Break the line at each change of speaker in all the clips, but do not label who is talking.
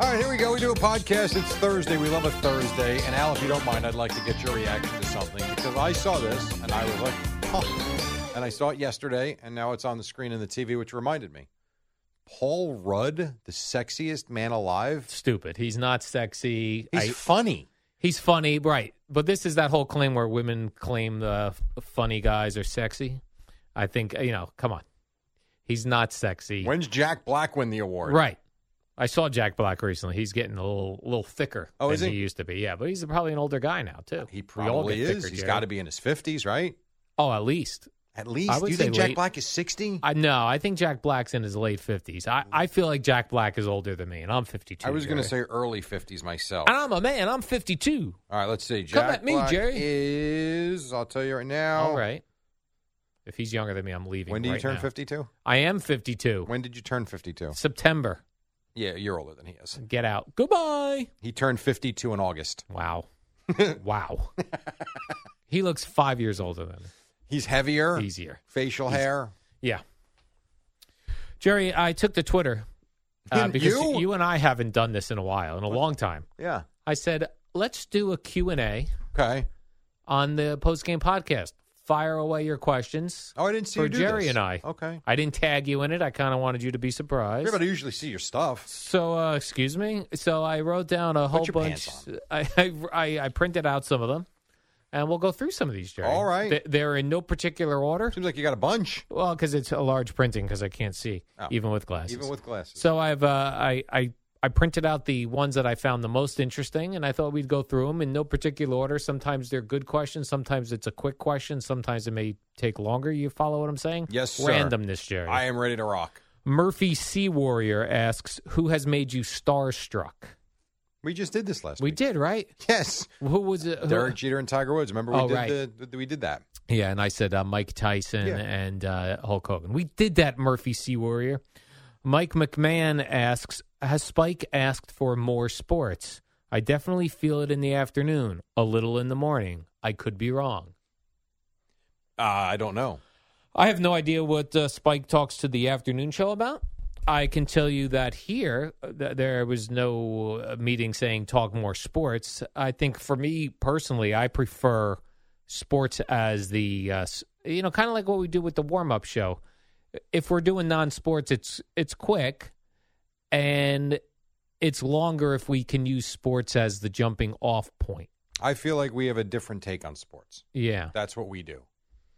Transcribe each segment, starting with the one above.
All right, here we go. We do a podcast. It's Thursday. We love a Thursday. And Al, if you don't mind, I'd like to get your reaction to something because I saw this and I was like, huh. And I saw it yesterday, and now it's on the screen in the TV, which reminded me. Paul Rudd, the sexiest man alive.
Stupid. He's not sexy.
He's
I-
funny.
he's funny, right? But this is that whole claim where women claim the f- funny guys are sexy. I think you know. Come on, he's not sexy.
When's Jack Black win the award?
right. I saw Jack Black recently. He's getting a little little thicker
Oh,
than
is he?
used to be. Yeah, but he's probably an older guy now too.
He
We all
probably
get
is.
thicker,
He's
Jerry.
got to be in his 50s, right?
Oh, at least.
At least.
would
Do you
say
think Jack
late-
Black is 60?
I no. I think Jack Black's in his late fifties. I, I feel like Jack Black is older than me, and I'm fifty two.
I was going to say oh. early 50s myself.
I'm a man. I'm 52.
All right, let's see. Jack
Come at me,
Black
Jerry.
Is I'll tell you right now.
All right. If he's younger than me, I'm leaving.
When did you
right
turn
now.
52?
I am 52.
When did you turn 52?
September.
Yeah, you're older than he is.
Get out. Goodbye.
He turned 52 in August.
Wow. wow. He looks five years older than me.
He's heavier.
Easier.
facial hair.
Yeah. Jerry, I took the Twitter uh,
Didn't
because
you?
and I haven't done this in a while, in a long time.
Yeah.
I said, let's do a Q&A
Okay.
on the postgame podcast. Fire away your questions.
Oh, I didn't see
For
you do
Jerry
this.
and I.
Okay.
I didn't tag you in it. I kind of wanted you to be surprised.
Everybody usually see your stuff.
So, uh, excuse me. So I wrote down a whole
your
bunch.
pants
I, I I I printed out some of them, and we'll go through some of these, Jerry.
All right.
They, they're in no particular order.
Seems like you got a bunch,
Well, because it's a large printing, because I can't see
Oh.
even with glasses.
even with glasses.
So I've uh, I I I printed out the ones that I found the most interesting, and I thought we'd go through them in no particular order. Sometimes they're good questions. Sometimes it's a quick question. Sometimes it may take longer. You follow what I'm saying?
Yes, sir.
Randomness, Jerry.
I am ready to rock.
Murphy Sea Warrior asks, "Who has made you starstruck?"
We just did this last
We
week.
did, right?
Yes.
Who was it? who-
Derek Jeter and Tiger Woods. Remember we
Oh,
did
right.
the, we did that.
Yeah, and I said uh, Mike Tyson
Yeah.
and uh, Hulk Hogan. We did that, Murphy Sea Warrior. Mike McMahon asks, has Spike asked for more sports? I definitely feel it in the afternoon, a little in the morning. I could be wrong.
Uh, I don't know.
I have no idea what uh, Spike talks to the afternoon show about. I can tell you that here, uh, th- there was no uh, meeting saying talk more sports. I think for me personally, I prefer sports as the, uh, s- you know, kind of like what we do with the warm up show. If we're doing non sports, it's it's quick and it's longer if we can use sports as the jumping off point.
I feel like we have a different take on sports.
Yeah.
That's what we do.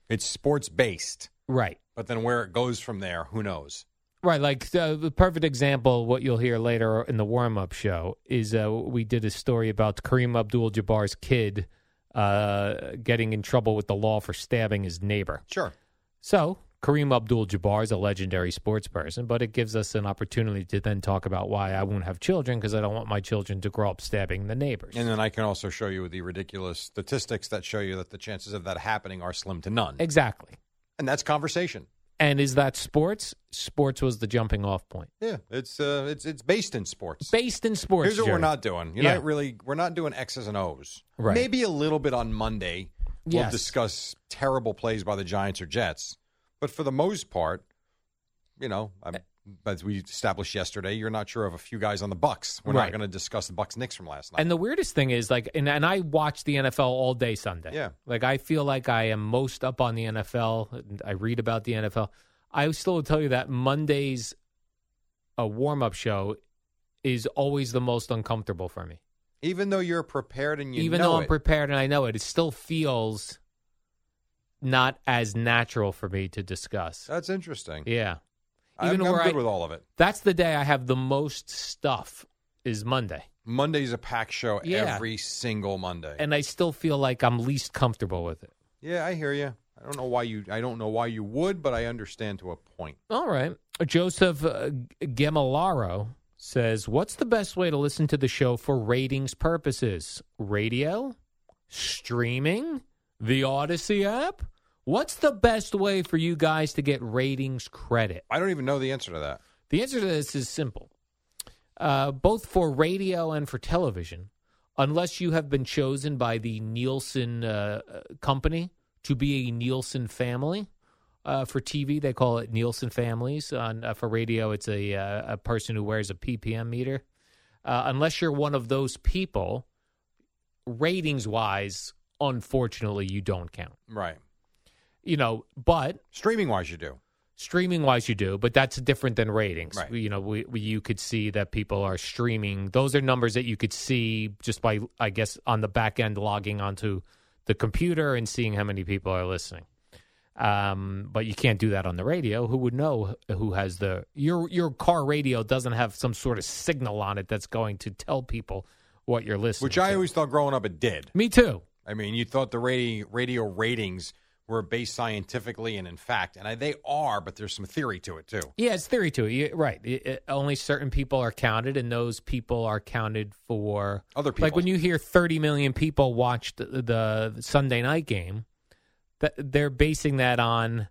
It's sports based,
Right.
but then where it goes from there, who knows?
Right, like uh, the perfect example, what you'll hear later in the warm up show is uh, we did a story about Kareem Abdul Jabbar's kid uh, getting in trouble with the law for stabbing his neighbor.
Sure.
So, Kareem Abdul Jabbar is a legendary sports person, but it gives us an opportunity to then talk about why I won't have children because I don't want my children to grow up stabbing the neighbors.
And uh, then I can also show you the ridiculous statistics that show you that the chances of that happening are slim to none.
exactly.
And that's conversation.
And is that sports? Sports was the jumping off point.
Yeah, it's uh, it's it's based in sports.
Based in sports.
Here's what we're
Jerry.
not doing. You're
Yeah.
not really we're not doing X's and O's.
Right.
Maybe a little bit on Monday. We'll
Yes.
discuss
Eh.
terrible plays by the Giants or Jets, but for the most part, you know, I'm, as we established yesterday, you're not sure of a few guys on the Bucks. We're
Right.
not going to discuss the Bucks Knicks from last night.
And the weirdest thing is like, and, and I watch the NFL all day Sunday.
Yeah.
Like I feel like I am most up on the NFL. and I read about the NFL. I still will tell you that Monday's a warm up show is always the most uncomfortable for me.
Even though you're prepared and you
Even
know
though I'm
it,
prepared and I know it, it still feels not as natural for me to discuss.
that's interesting.
Yeah.
I'm,
even
I'm
where
good
I-
with all of it.
That's the day I have the most stuff is Monday.
Monday's a pack show
Yeah.
every single Monday.
And I still feel like I'm least comfortable with it.
yeah, I hear you. I don't know why you. I don't know why you would, but I understand to a point.
All right. Joseph uh, G- Gemilaro says, "What's the best way to listen to the show for ratings purposes? Radio, streaming, the Odyssey app? What's the best way for you guys to get ratings credit?"
I don't even know the answer to that.
The answer to this is simple. Uh, both for radio and for television, unless you have been chosen by the Nielsen uh, uh, company to be a Nielsen family. Uh, for TV, they call it Nielsen families. On uh, for radio, it's a uh, a person who wears a ppm meter. Uh, unless you're one of those people, ratings wise, unfortunately, you don't count.
Right.
You know, but
Streaming wise, you do.
streaming wise you do but that's different than ratings
Right.
you know we, we, you could see that people are streaming those are numbers that you could see just by i guess on the back end logging onto the computer and seeing how many people are listening um, but you can't do that on the radio who would know who has the your your car radio doesn't have some sort of signal on it that's going to tell people what you're listening
Which I
to.
always thought growing up it did.
me too
I mean, you thought the radio, radio ratings were based scientifically and in fact, and I, they are, but there's some theory to it too.
Yeah, it's theory to it. You- right. It- it- only certain people are counted, and those people are counted for
Other
Like
people.
when you hear 30 million people watched the, the Sunday night game, that they're basing that on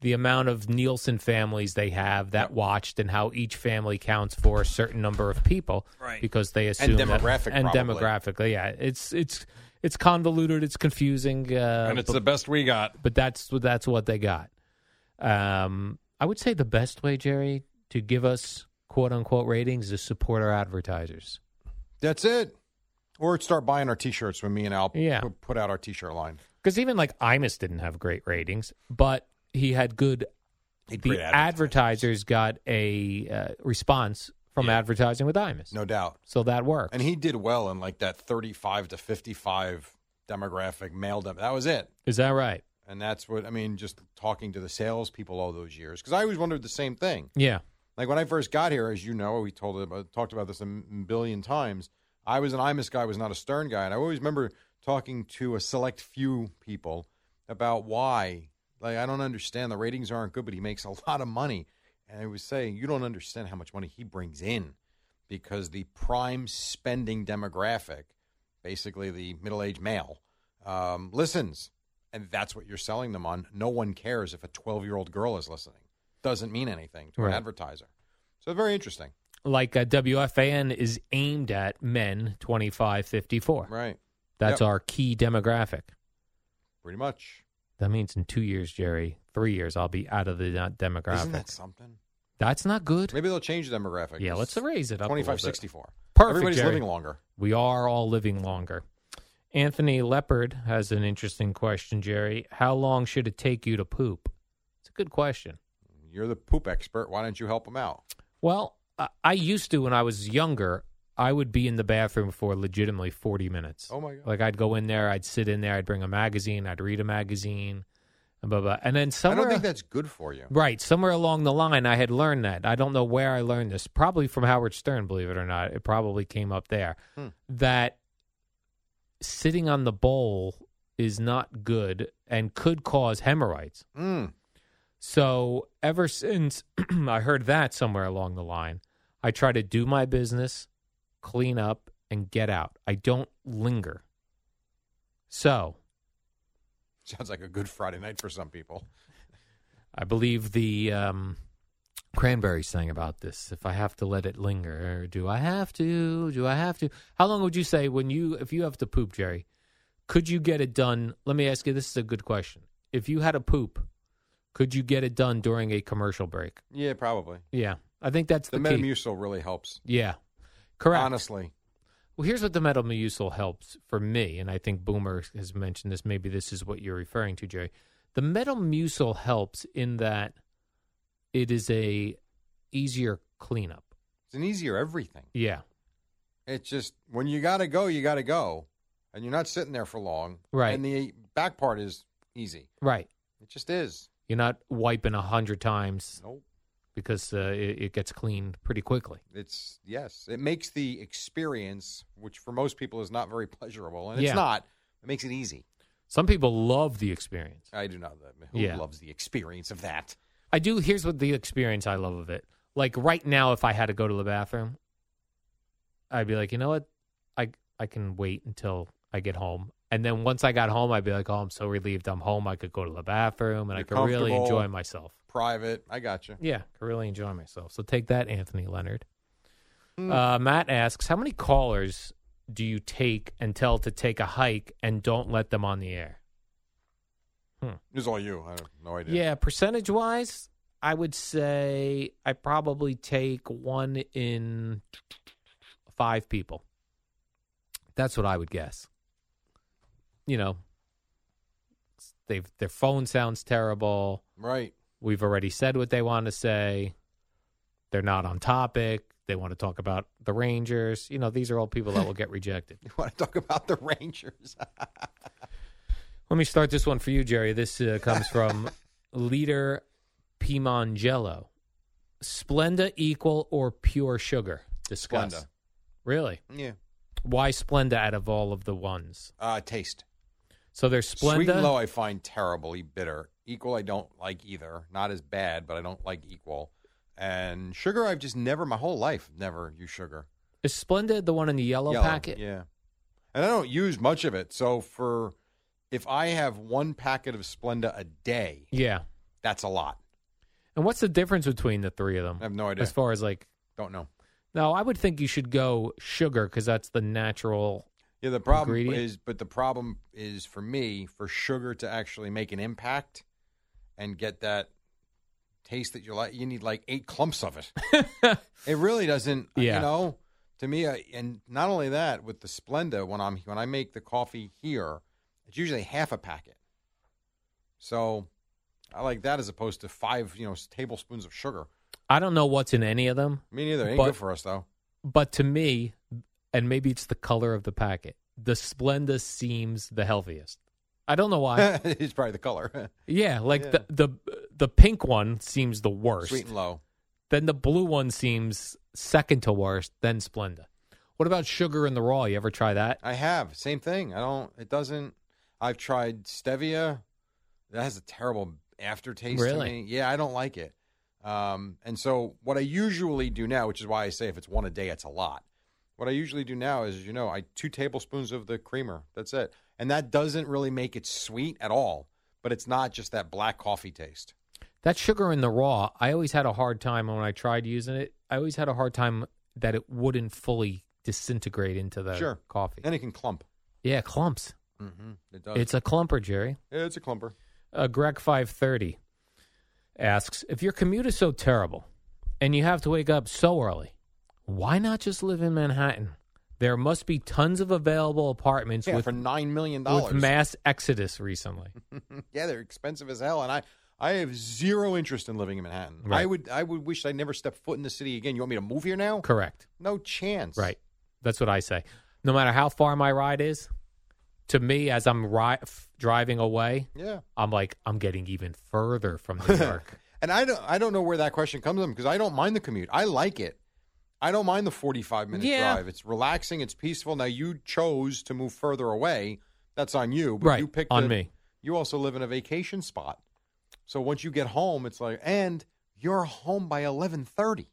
the amount of Nielsen families they have that watched and how each family counts for a certain number of people.
Right.
Because they assume that-
demographic,
and
probably.
demographically, yeah. It's it's it's convoluted. It's confusing. Uh,
and it's
but-
the best we got.
but that's that's what they got. Um, I would say the best way, Jerry, to give us quote unquote ratings is support our advertisers.
That's it. Or start buying our T-shirts when me and Al
Yeah.
pu- put out our T-shirt line.
Because even like Imus didn't have great ratings, but he had good.
He
the
great
advertisers got a uh, response from advertising with Imus,
No doubt.
so that worked.
And he did well in like that 35 to 55 demographic male dem. That was it.
is that right?
And that's what I mean. Just talking to the salespeople all those years, because I always wondered the same thing.
Yeah,
Like when I first got here, as you know, we told about, talked about this a m- billion times. I was an IMUS guy, I was not a Stern guy, and I always remember talking to a select few people about why. Like I don't understand the ratings aren't good, but he makes a lot of money, and I was saying you don't understand how much money he brings in because the prime spending demographic, basically the middle-aged male, um, listens, and that's what you're selling them on. No one cares if a 12-year-old girl is listening; doesn't mean anything to
Right.
an advertiser. So very interesting,
like uh, WFAN is aimed at men twenty five fifty four.
right?
That's
Yep.
our key demographic.
Pretty much.
That means in two years, Jerry, three years, I'll be out of the uh, demographic.
Isn't that something?
That's not good.
Maybe they'll change the demographic.
Yeah, let's raise it up. a little bit.
2564.
Perfect,
Everybody's
Jerry.
living longer.
We are all living longer. Anthony Leopard has an interesting question, Jerry. How long should it take you to poop? It's a good question.
You're the poop expert. Why don't you help them out?
Well, I, I used to when I was younger. I would be in the bathroom for legitimately forty minutes.
Oh, my God.
Like I'd go in there, I'd sit in there, I'd bring a magazine, I'd read a magazine, and blah blah. And then somewhere
I don't think that's good for you.
Right. Somewhere along the line, I had learned that. I don't know where I learned this. Probably from Howard Stern, believe it or not. It probably came up there. That sitting on the bowl is not good and could cause hemorrhoids.
Mm.
So ever since I heard that somewhere along the line, I try to do my business, clean up, and get out. I don't linger. So
Sounds like a good Friday night for some people.
I believe the um, Cranberries sang about this. If I have to let it linger, do I have to? Do I have to? How long would you say when you, if you have to poop, Jerry, could you get it done? Let me ask you this is a good question. If you had a poop, could you get it done during a commercial break?
Yeah, probably.
Yeah. I think that's
The
the, key.
Metamucil really helps.
yeah, correct.
Honestly,
Well, here's what the Metamucil helps for me, and I think Boomer has mentioned this. Maybe this is what you're referring to, Jerry. The Metamucil helps in that it is a easier cleanup.
it's an easier everything.
Yeah,
It's just when you got to go, you got to go, and you're not sitting there for long.
Right.
And the back part is easy.
right.
It just is.
You're not wiping a hundred times
Nope.
because uh, it, it gets cleaned pretty quickly.
It's yes. It makes the experience, which for most people is not very pleasurable, and it's
Yeah.
not. It makes it easy.
Some people love the experience.
I do not. Who
Yeah.
loves the experience of that?
I do. Here's what the experience I love of it. Like right now, if I had to go to the bathroom, I'd be like, you know what, I I can wait until I get home, and then once I got home, I'd be like, oh, I'm so relieved I'm home. I could go to the bathroom, and I
You're
could really
comfortable.
enjoy myself.
Private. I got you.
Yeah, could really enjoy myself. So take that, Anthony Leonard.
Mm.
Uh, Matt asks, how many callers do you take and tell to take a hike and don't let them on the air?
It was all you. I have no idea.
Yeah, percentage wise, I would say I probably take one in five people. That's what I would guess. You know, they've their phone sounds terrible.
Right.
We've already said what they want to say. They're not on topic. They want to talk about the Rangers. You know, these are all people that will get rejected.
You want to talk about the Rangers?
Let me start this one for you, Jerry. This uh, comes from Leader Pimangello. Splenda equal or pure sugar? Discuss.
Splenda.
Really?
yeah.
Why Splenda out of all of the ones?
Uh, taste.
So there's Splenda.
Sweet and low, I find terribly bitter. Equal, I don't like either. Not as bad, but I don't like equal. And sugar, I've just never, my whole life, never used sugar.
Is Splenda the one in the yellow, packet?
Yeah. And I don't use much of it. So for if I have one packet of Splenda a day,
Yeah.
that's a lot.
And what's the difference between the three of them?
I have no idea.
As far as like,
Don't know.
no, I would think you should go sugar because that's the natural.
Yeah, the problem
Ingredient?
is, but the problem is for me, for sugar to actually make an impact and get that taste that you like, you need like eight clumps of it. it really doesn't,
Yeah.
you know, to me. I, and not only that, with the Splenda, when I'm when I make the coffee here, it's usually half a packet. So I like that as opposed to five, you know, s- tablespoons of sugar.
I don't know what's in any of them.
Me neither. Ain't
But-
good for us though.
but to me, and maybe it's the color of the packet, the Splenda seems the healthiest. I don't know why.
it's probably the color,
yeah, like the the the pink one seems the worst.
sweet and low.
Then the blue one seems second to worst. Then Splenda. What about sugar in the raw? You ever try that?
I have same thing. I don't. It doesn't. I've tried stevia. That has a terrible aftertaste.
Really?
To me. Yeah, I don't like it. Um, and so what I usually do now, which is why I say if it's one a day, it's a lot. What I usually do now is, you know, I two tablespoons of the creamer. That's it, and that doesn't really make it sweet at all. But it's not just that black coffee taste.
That sugar in the raw, I always had a hard time when I tried using it. I always had a hard time that it wouldn't fully disintegrate into the
Sure.
coffee.
And it can clump.
yeah, clumps.
Mm-hmm. It does.
It's a clumper, Jerry.
Yeah, it's a clumper.
Uh, Greg five thirty asks if your commute is so terrible and you have to wake up so early, why not just live in Manhattan? There must be tons of available apartments
Yeah,
with
for nine million dollars.
with mass exodus recently.
yeah, they're expensive as hell, and I I have zero interest in living in Manhattan. I
Right.
would I would wish I would never stepped foot in the city again. You want me to move here now?
Correct.
No chance.
Right. That's what I say. No matter how far my ride is, to me as I'm ri- f- driving away,
Yeah.
I'm like I'm getting even further from New York.
And I don't I don't know where that question comes from because I don't mind the commute. I like it. I don't mind the 45 minute
Yeah.
drive. It's relaxing, it's peaceful. Now you chose to move further away. That's on you, but
Right,
you picked
on
a-
me.
You also live in a vacation spot. So once you get home, it's like and you're home by 11:30.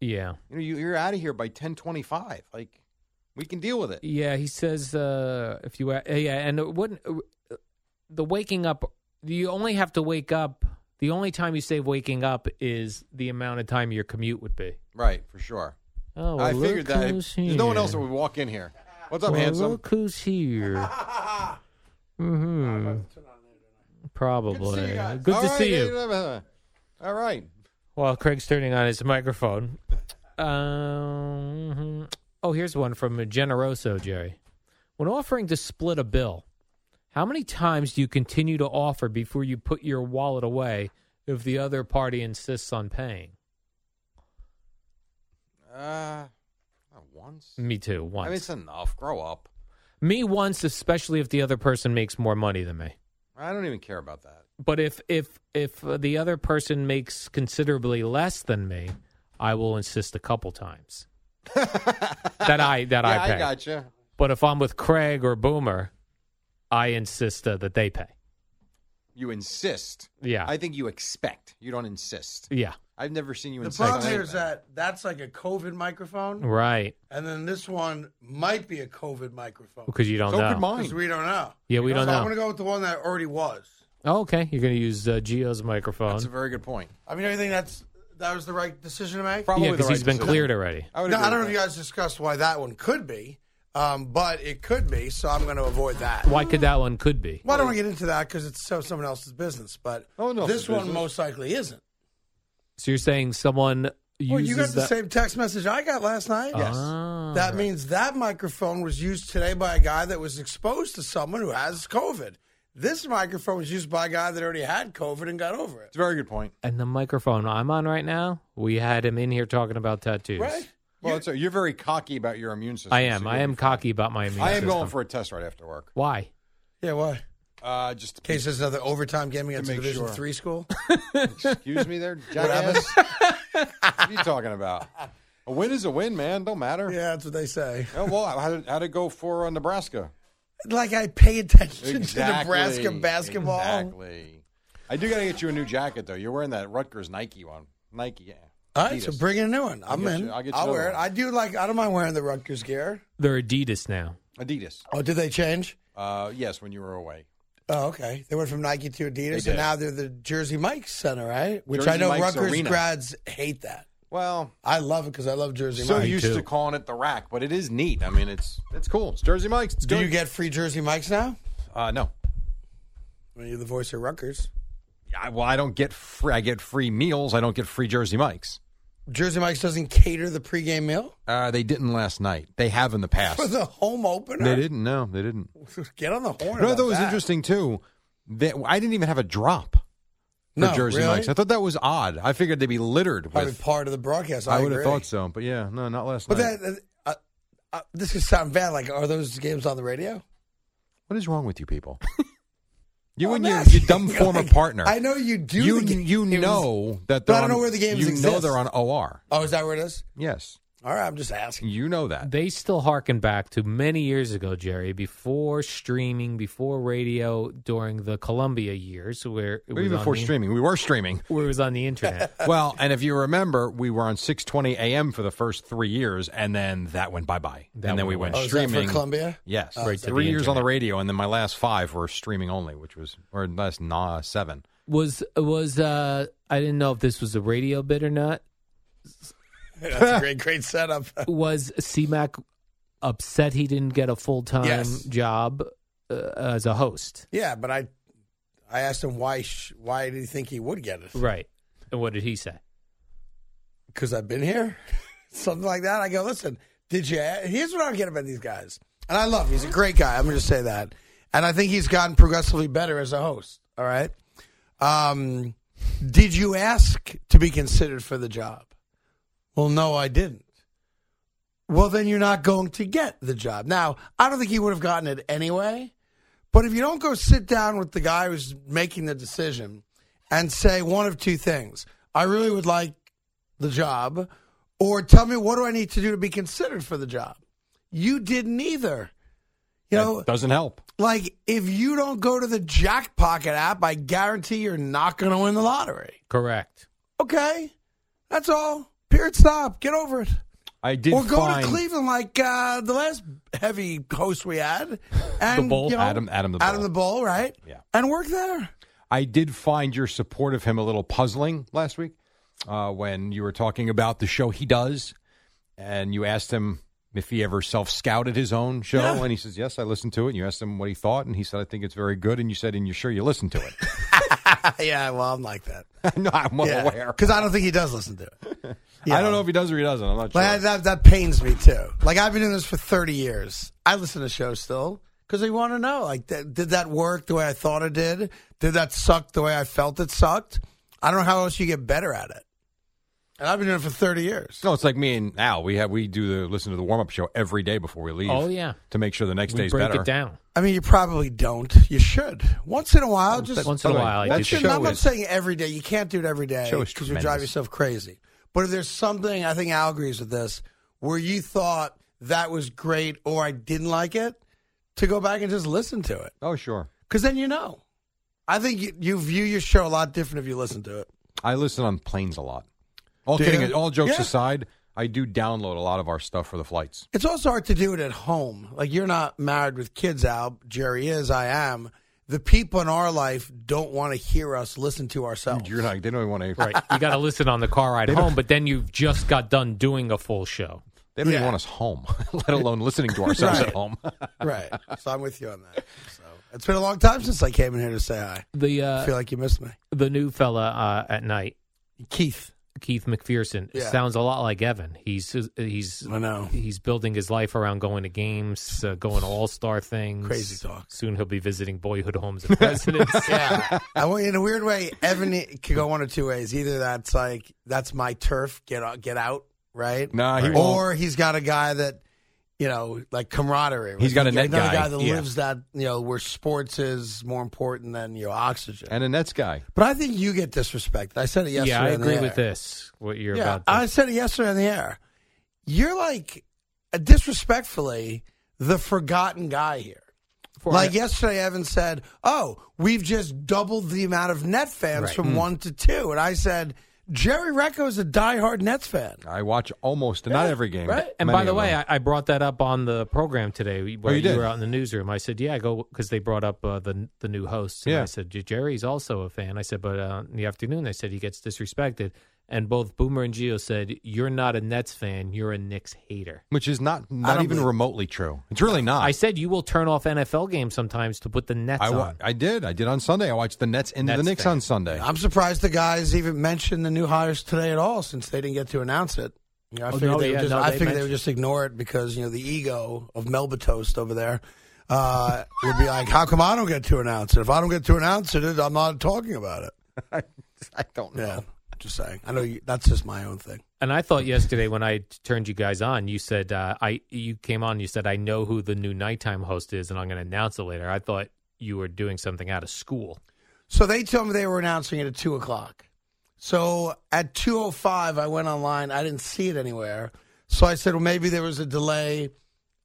yeah.
You know, you, you're out of here by 10:25. Like we can deal with it.
Yeah, he says uh, if you uh, yeah, and it wouldn't uh, the waking up? You only have to wake up. The only time you save waking up is the amount of time your commute would be.
Right, for sure.
Oh,
I
well,
figured
look
that.
who's
There's no one
here.
else that would walk in here. What's up,
well,
handsome?
Look who's here. hmm Probably.
guys.
Good
All
to
right,
see
yeah,
you.
yeah, yeah. All right.
While Craig's turning on his microphone. Um, oh, here's one from Generoso, Jerry. When offering to split a bill, how many times do you continue to offer before you put your wallet away if the other party insists on paying?
Uh, not once.
Me too,
I
once.
mean, it's enough. Grow up.
me once, especially if the other person makes more money than me.
I don't even care about that.
But if if if uh, the other person makes considerably less than me, I will insist a couple times that I that
yeah,
I pay.
I gotcha.
But if I'm with Craig or Boomer, I insist uh, that they pay.
You insist.
Yeah.
I think you expect. You don't insist.
Yeah,
I've never seen you
The
insist. on
problem here
anything.
is that that's like a COVID microphone,
right.
and then this one might be a COVID microphone
Because you don't
So
know.
could mine.
because we don't know.
Yeah, we
So
don't
I'm
know.
going to go with the one that already was.
Oh, okay, you're going to use uh, Geo's microphone.
That's a very good point.
I mean, I think that's that was the right decision to make.
Probably
yeah,
the
because
right
he's been
decision.
cleared already.
I, would
No,
agree
I don't know
with
if you
that.
guys discussed why that one could be, um, but it could be. So I'm going to avoid that.
Why could that one could be?
Well, I don't want to get into that because it's so someone else's business. But
Oh, no,
this
for
one
business.
most likely isn't.
So you're saying someone uses
Well, Oh, you got the
that-
same text message I got last night.
Yes.
Ah,
That means that microphone was used today by a guy that was exposed to someone who has COVID. This microphone was used by a guy that already had COVID and got over it.
It's a very good point.
and the microphone I'm on right now, we had him in here talking about tattoos.
Right?
Well, it's a, you're very cocky about your immune system.
I
so
am.
you'll
I
be
am
fine.
cocky about my immune
I am
system.
going for a test right after work.
Why?
Yeah, why? In
Uh, just
case there's another overtime game against a
make
Division
sure.
Three school.
excuse me there, jackass. what are you talking about? A win is a win, man. Don't matter.
yeah, that's what they say.
Yeah, well, how did, how'd it go for uh, Nebraska?
Like I pay attention to
Exactly.
Nebraska basketball.
Exactly. I do got to get you a new jacket, though. You're wearing that Rutgers Nike one. Nike, yeah.
All right, so
Adidas.
bring in a new one. I'm
get
in.
you- I'll
I'll,
get you another
wear it.
one.
I do like. I don't mind wearing the Rutgers gear.
They're Adidas now.
Adidas.
Oh, did they change?
Uh, yes, when you were away.
Oh, okay. They went from Nike to Adidas,
did.
and now they're the Jersey Mike's Center, right? Which
Jersey
I know
Mike's
Rutgers
Arena.
grads hate that.
Well,
I love it because I love Jersey
so
Mike's.
used to calling it the rack, but it is neat. I mean, it's it's cool. It's Jersey Mike's. It's
Do
good.
you get free Jersey Mike's now?
Uh, no.
I mean, you're the voice of Rutgers.
I, well, I don't get free. I get free meals. I don't get free Jersey Mike's.
Jersey Mike's doesn't cater the pregame meal
Uh, they didn't last night. They have in the past.
for the home opener.
They didn't. No, they didn't.
Get on the horn.
No,
about
that was
that.
interesting too. That I didn't even have a drop for
No,
Jersey
really?
Mike's. I thought that was odd. I figured they'd be littered
Probably
with.
part of the broadcast. I,
I would have
agree.
thought so, but yeah, no, not last
But
night.
that, uh, uh, this could sound bad. Like, are those games on the radio?
what is wrong with you people? You
Oh, I'm
and your,
asking,
your dumb
like,
former partner.
I know you do.
You
the ga-
you
games.
know that.
But
they're
I don't
on-
know where the games
You know
exist.
they're on OR.
Oh, is that where it is?
Yes,
All right, I'm just asking.
you know that.
They still harken back to many years ago, Jerry, before streaming, before radio, during the Columbia years, where it was
Even
on
before
the-
streaming, we were streaming.
where it was on the internet.
Well, and if you remember, we were on 6:20 a.m. for the first three years, and then that went bye bye, and
That
then
went
we
away.
went
Oh, is that
streaming.
for Columbia? Oh,
Yes,
Right to
three
the
years on the
internet.
radio, and then my last five were streaming only, which was or last nah, seven.
was was uh I didn't know if this was a radio bit or not.
That's a great, great setup.
Was CMAC upset he didn't get a full time
Yes.
job uh, as a host?
yeah, but I, I asked him why. Sh- why did he think he would get it?
Right. And what did he say?
because I've been here, something like that. I go, listen, did you? Here's what I get about these guys, and I love. Him. He's a great guy. I'm going to say that, and I think he's gotten progressively better as a host. All right. Um, did you ask to be considered for the job? Well, no, I didn't. Well, then you're not going to get the job. Now, I don't think he would have gotten it anyway. But if you don't go sit down with the guy who's making the decision and say one of two things, I really would like the job, or tell me what do I need to do to be considered for the job. You didn't either. You know,
That doesn't help.
like if you don't go to the Jackpocket app, I guarantee you're not going to win the lottery.
Correct.
Okay, that's all. Period. Stop. Get over it.
I did
or go
find
to Cleveland like uh, the last heavy host we had, and
Bull?
you know,
Adam- Adam the
Adam
Bull.
the Bull, right?
Yeah.
and work there.
I did find your support of him a little puzzling last week uh, when you were talking about the show he does, and you asked him if he ever self scouted his own show,
Yeah.
and he says yes, I listened to it. And you asked him what he thought, and he said I think it's very good, and you said, and you sure you listened to it?
yeah, well, I'm like that.
no, I'm well
Yeah,
aware.
because I don't think he does listen to it. Yeah.
I don't know if he does or he doesn't. I'm not sure.
Like, that, that that pains me too. Like I've been doing this for 30 years. I listen to shows still because I want to know. Like, th- did that work the way I thought it did? Did that suck the way I felt it sucked? I don't know how else you get better at it. And I've been doing it for 30 years.
no, it's like me and Al. We have we do the listen to the warm up show every day before we leave.
Oh, yeah.
to make sure the next
We
day's
break
better.
it down.
I mean, you probably don't. You should once in a while. Just
Once in a
By the way,
while, I
that
do
should
think
Shouldn't- I'm not saying every day. You can't do it every day
Show is
because you drive
tremendous.
yourself crazy. But if there's something, I think Al agrees with this, where you thought that was great or I didn't like it, to go back and just listen to it
Oh, sure.
because then you know. I think you, you view your show a lot different if you listen to it.
I listen on planes a lot. All
Do
kidding.
you?
All jokes
Yeah.
aside, I do download a lot of our stuff for the flights.
It's also hard to do it at home. Like you're not married with kids, Al. Jerry is. I am. The people in our life don't want to hear us listen to ourselves.
You're not. They don't even want to.
Right. You got to listen on the car ride home, but then you've just got done doing a full show.
They don't even
Yeah.
want us home, let alone listening to ourselves
Right.
at home.
right. So I'm with you on that. So it's been a long time since I came in here to say hi.
The
I
uh,
feel like you missed me.
the new fella uh, at night,
Keith.
Keith McPherson,
Yeah.
sounds a lot like Evan. He's uh, he's
I know.
he's building his life around going to games, uh, going to all star things.
Crazy talk.
Soon he'll be visiting boyhood homes and presidents.
Yeah. I want in a weird way, Evan could go one of two ways. Either that's like that's my turf, get out get out, right?
Nah, he won't.
or he's got a guy that you know, like camaraderie.
He's got a net
another
guy,
guy, that
yeah.
lives that, you know, where sports is more important than your oxygen.
And a Nets guy.
but I think you get disrespected. I said it yesterday.
yeah, I
on the
agree
air.
with this. What you're
yeah,
about. To,
I said it yesterday on the air. You're like uh, disrespectfully the forgotten guy here.
for-
Like yesterday, Evan said, "Oh, we've just doubled the amount of Net fans
Right. Hmm.
from one to two. and I said, "Jerry Recco is a diehard Nets fan."
I watch almost not every game.
right.
And
many
by the
of
way,
them. Oh,
I, I brought that up on the program today where
you
you,
did?
were out in the newsroom. I said, "Yeah, I go," because they brought up uh, the the new hosts. And
Yeah.
I said, "J- "Jerry's also a fan." I said, "But uh, in the afternoon, they said he gets disrespected." And both Boomer and Geo said, "You're not a Nets fan. You're a Knicks hater."
which is not not
don't
even
believe-
remotely true. It's really not.
I said, "You will turn off NFL games sometimes to put the Nets
I, wa-
on."
I did. I did on Sunday. I watched the Nets into the
Nets
Knicks
fan.
on Sunday.
I'm surprised the guys even mentioned the new hires today at all, since they didn't get to announce it. You know, I
Oh,
figured,
no,
they, would
yeah,
just,
no, they
I figured they would
mentioned-
just ignore it because you know the ego of Melba Toast over there uh, would be like, "How come I don't get to announce it? If I don't get to announce it, I'm not talking about it."
I don't
Yeah, just saying. I know you, that's just my own thing.
And I thought yesterday when I t- turned you guys on, you said uh, I you came on. You said I know who the new nighttime host is, and I'm going to announce it later. I thought you were doing something out of school.
So they told me they were announcing it at two o'clock. So at two o five, I went online. I didn't see it anywhere. So I said, well, maybe there was a delay.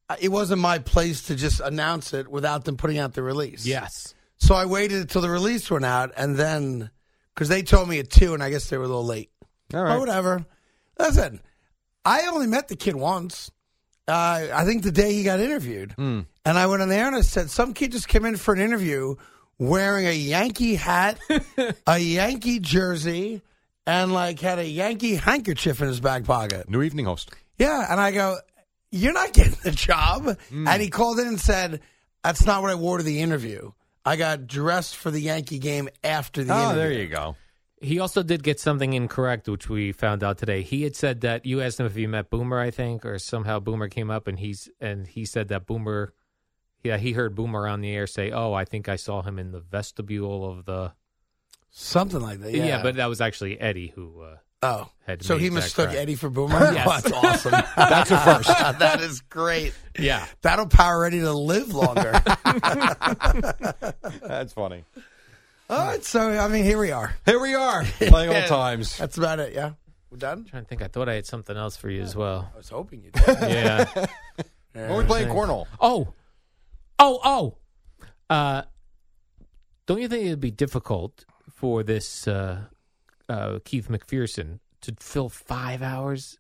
Uh, It wasn't my place to just announce it without them putting out the release.
Yes.
So I waited until the release went out, and then because they told me at two, and I guess they were a little late.
All
Or
right.
whatever. Listen, I only met the kid once. Uh, I think the day he got interviewed,
Hmm.
and I went on there and I said, "Some kid just came in for an interview wearing a Yankee hat, a Yankee jersey, and like had a Yankee handkerchief in his back pocket."
New evening host.
Yeah, and I go, "You're not getting the job."
Hmm.
And he called in and said, "That's not what I wore to the interview. I got dressed for the Yankee game after the
Oh,
interview."
there you go.
He also did get something incorrect, which we found out today. He had said that you asked him if he met Boomer, I think, or somehow Boomer came up and he's and he said that Boomer, yeah, he heard Boomer on the air say, "Oh, I think I saw him in the vestibule of the."
Something like that.
Yeah,
Yeah,
but that was actually Eddie who. Uh,
oh,
had
so
made
he
that
mistook
correct.
Eddie for Boomer.
Yes.
Oh, that's awesome. that's a first. that is great.
yeah.
That'll power Eddie to live longer.
That's funny.
All right, so I mean, here we are.
Here we are playing old times.
That's about it. Yeah, we're done.
trying to think. I thought I had something else for you as well.
I was hoping you. Did.
Yeah.
When we playing cornhole,
Oh, oh, oh. Uh, don't you think it'd be difficult for this uh, uh, Keith McPherson to fill five hours?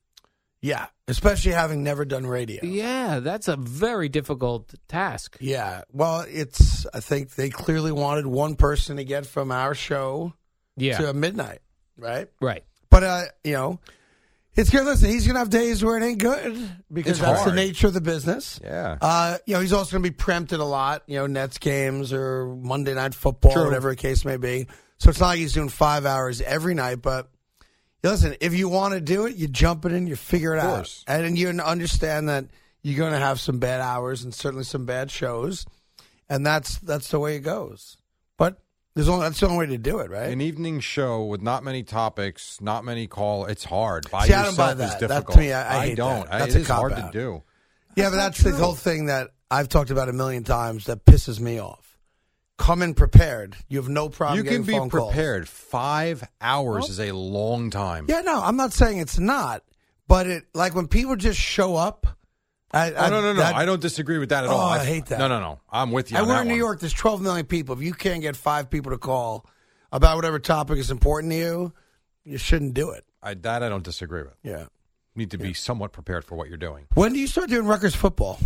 yeah, especially having never done radio.
Yeah, that's a very difficult task.
Yeah. Well, it's. I think they clearly wanted one person to get from our show
Yeah,
to midnight, right?
right.
But uh, you know, It's good. Listen, he's gonna have days where it ain't good because
It's
that's
hard.
the nature of the business.
Yeah.
Uh, you know, he's also gonna be preempted a lot. You know, Nets games or Monday night football,
True.
whatever the case may be. So it's not like he's doing five hours every night. But listen, if you want to do it, you jump it in, you figure it
Of
out,
course.
and then you understand that you're gonna have some bad hours and certainly some bad shows, and that's that's the way it goes. But there's only that's the only way to do it, right?
An evening show with not many topics, not many call. It's hard. By
See, I don't
yourself
buy that.
is
That- to
difficult.
me, I- I hate
don't.
that. That's
it
a
is hard
cop-out.
to do.
Yeah, but that's the whole thing that I've talked about a million times that pisses me off. Come in prepared. You have no problem.
you can
getting
be
phone calls. Oh.
prepared. Five hours is a long time.
Yeah, no, I'm not saying it's not, but it like when people just show up. I,
Oh, no, no, no.
that-
I don't disagree with that at
Oh,
all.
I hate that.
No, no, no. I'm with you.
I
on
we're
that
in New
one.
York. There's 12 million people. If you can't get five people to call about whatever topic is important to you, you shouldn't do it.
I, that I don't disagree with.
Yeah.
You need to be somewhat prepared for what you're doing.
When do you start doing Rutgers football?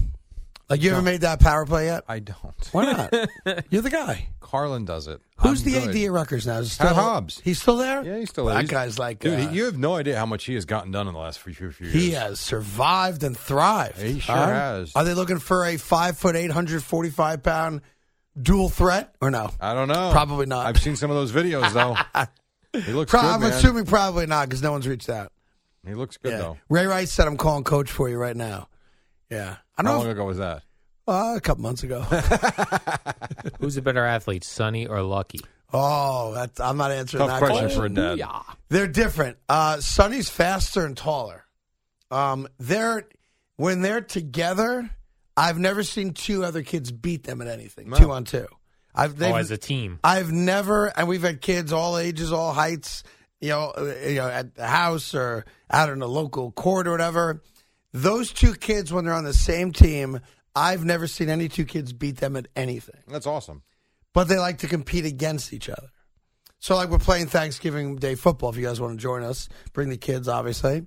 Like you haven't made that power play yet?
I don't.
Why not? You're the guy.
Carlin does it.
Who's
I'm
the
good.
AD at Rutgers now? Is it
Pat
still-
Hobbs.
He's still there.
Yeah, he's still
That
there. He's-
guy's like
Dude,
uh,
he- you have no idea how much he has gotten done in the last few, few, few years.
He has survived and thrived.
He sure has.
Are they looking for a five foot eight hundred forty five pound dual threat or no?
I don't know.
Probably not.
I've seen some of those videos though. he looks
Pro-
good,
I'm
man.
assuming probably not because no one's reached out.
He looks good though.
Ray Rice said, "I'm calling coach for you right now." Yeah, I
How
don't
long
know. if-
ago was that?
uh, a couple months ago.
Who's a better athlete, Sonny or Lucky?
oh, that's, I'm not answering
Tough
that
question for a dad.
Oh,
They're different. Uh, Sonny's faster and taller. Um, they're when they're together. I've never seen two other kids beat them at anything, two on two. I've
Oh,
they've-
as a team.
I've never, and we've had kids all ages, all heights, you know, uh, you know, at the house or out in the local court or whatever. Those two kids, when they're on the same team, I've never seen any two kids beat them at anything.
That's awesome.
But they like to compete against each other. So, like, we're playing Thanksgiving Day football. If you guys want to join us, bring the kids, obviously.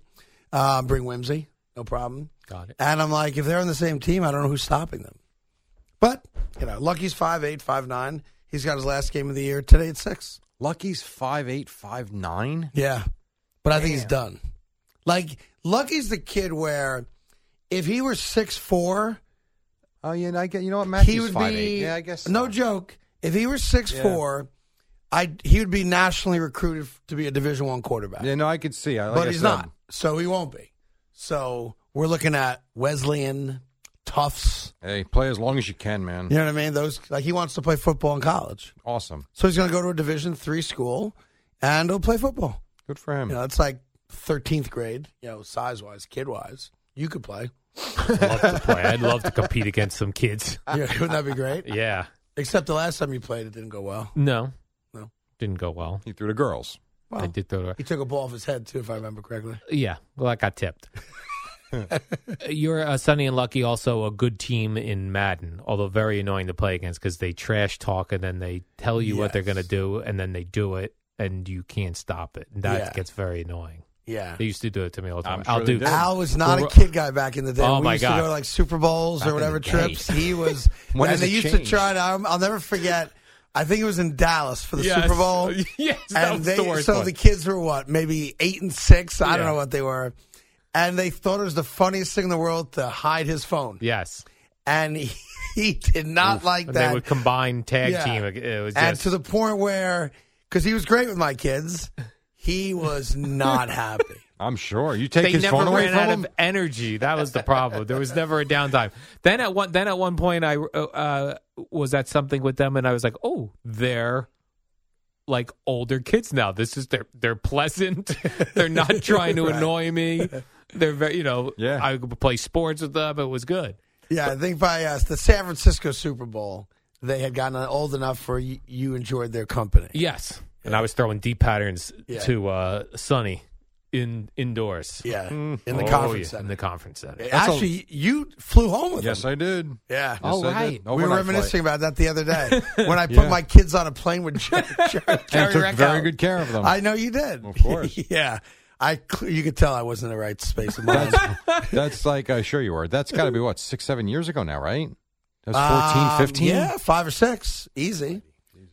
Uh, bring Whimsy, no problem.
Got it.
And I'm like, if they're on the same team, I don't know who's stopping them. But, you know, Lucky's 5'8, 5'9. He's got his last game of the year today at 6.
Lucky's five eight, five nine.
Yeah. But I think he's done. Like, Lucky's the kid where if he were 6'4,
Oh yeah, and I get. You know what?
he
Matthew's
would
five
be.
eight. Yeah, I guess.
No
so.
joke. If he were 6'4, I he would be nationally recruited f- to be a Division One quarterback.
Yeah, no, I could see. I, like
but
I
he's
said,
not. So he won't be. So we're looking at Wesleyan, Tufts.
Hey, play as long as you can, man.
You know what I mean? Those like he wants to play football in college,
Awesome.
so he's going to go to a Division three school and he'll play football.
Good for him.
You know, it's like thirteenth grade. You know, size wise, kid wise, you could play.
I'd love to play. I'd love to compete against some kids.
Yeah, wouldn't that be great?
Yeah.
Except the last time you played, it didn't go well.
No.
No.
Didn't go well.
He threw to girls.
I
Well,
did throw to
he took a ball off his head too, if I remember correctly.
Yeah. Well, that got tipped. You're uh, Sunny and Lucky, also a good team in Madden, although very annoying to play against because they trash talk and then they tell you what they're
Yes.
going to do and then they do it and you can't stop it. And that
Yeah.
gets very annoying.
Yeah.
They used to do it to me all the time.
I'm sure
I'll
they
do.
did.
Al was not a
Well,
kid guy back in the day.
Oh,
we
my
used
God.
to go to like Super Bowls
Back
or
in
whatever
the day.
trips. He was,
When
and
has
they
it
used
changed?
to try to. I'll, I'll never forget. I think it was in Dallas for the Super Bowl.
yes, that
and
was
they
the worst
so
one.
the kids were what maybe eight and six i don't
Yeah.
know what they were and they thought it was the funniest thing in the world to hide his phone
yes.
and he, he did not like
And
that
they would combine tag
Yeah.
team. It was
and
just
to the point where because he was great with my kids he was not happy
I'm sure. You take
they
his
never
phone away
ran
from
out
him.
of energy. That was the problem. There was never a downtime. Then at one, then at one point, I uh, uh, was at something with them, and I was like, "Oh, they're like older kids now. This is they're they're pleasant. they're not trying to annoy me. They're very, you know,
Yeah.
I could play sports with them. It was good.
yeah i think by us the san francisco super bowl they had gotten old enough where you, you enjoyed their company
Yes, and I was throwing deep patterns
Yeah.
to uh, Sonny in indoors
yeah
Mm.
in the
Oh,
conference
yeah, in
center
the conference center.
That's a-
actually you flew home with
Yes,
him
I did. Yes,
yeah
Oh,
I
right.
did.
We were
Overnight flight.
reminiscing about that the other day when I put
Yeah.
my kids on a plane with Jerry, Jerry,
And took
Recco.
very good care of them.
I know you did.
Of course.
yeah. I cl- you could tell I wasn't in the right space of mind.
That's like, uh, sure you were. That's got to be what, six, seven years ago now, right? That was 14,
Um,
15?
yeah, five or six, easy.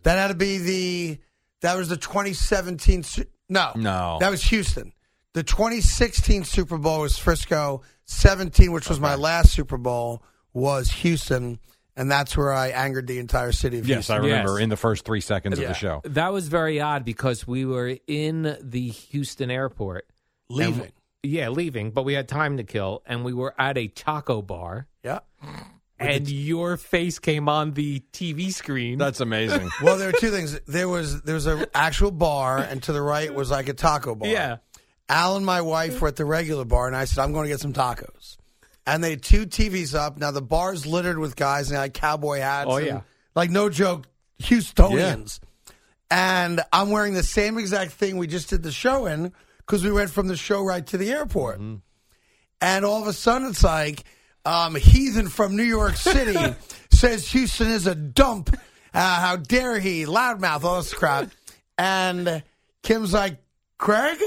That had to be the that was the 2017. su- No,
No.
that was Houston The 2016 Super Bowl was Frisco. 17, which was my last Super Bowl, was Houston, and that's where I angered the entire city of
Yes, I
Houston.
remember
Yes.
in the first three seconds of the show.
That was very odd because we were in the Houston airport.
Leaving.
Yeah, leaving, but we had time to kill, and we were at a taco bar,
yeah.
and your face came on the TV screen.
That's amazing.
Well, there were two things. There was there was an actual bar, and to the right was like a taco bar.
yeah.
Al and my wife were at the regular bar, and I said, I'm going to get some tacos. And they had two TVs up. Now, the bar's littered with guys, and they had cowboy hats.
Oh,
and,
yeah.
Like, no joke, Houstonians. And I'm wearing the same exact thing we just did the show in because we went from the show right to the airport.
Mm-hmm.
And all of a sudden, it's like, um, Heathen from New York City says Houston is a dump. Uh, how dare he? Loudmouth, all this crap. And Kim's like, Craig?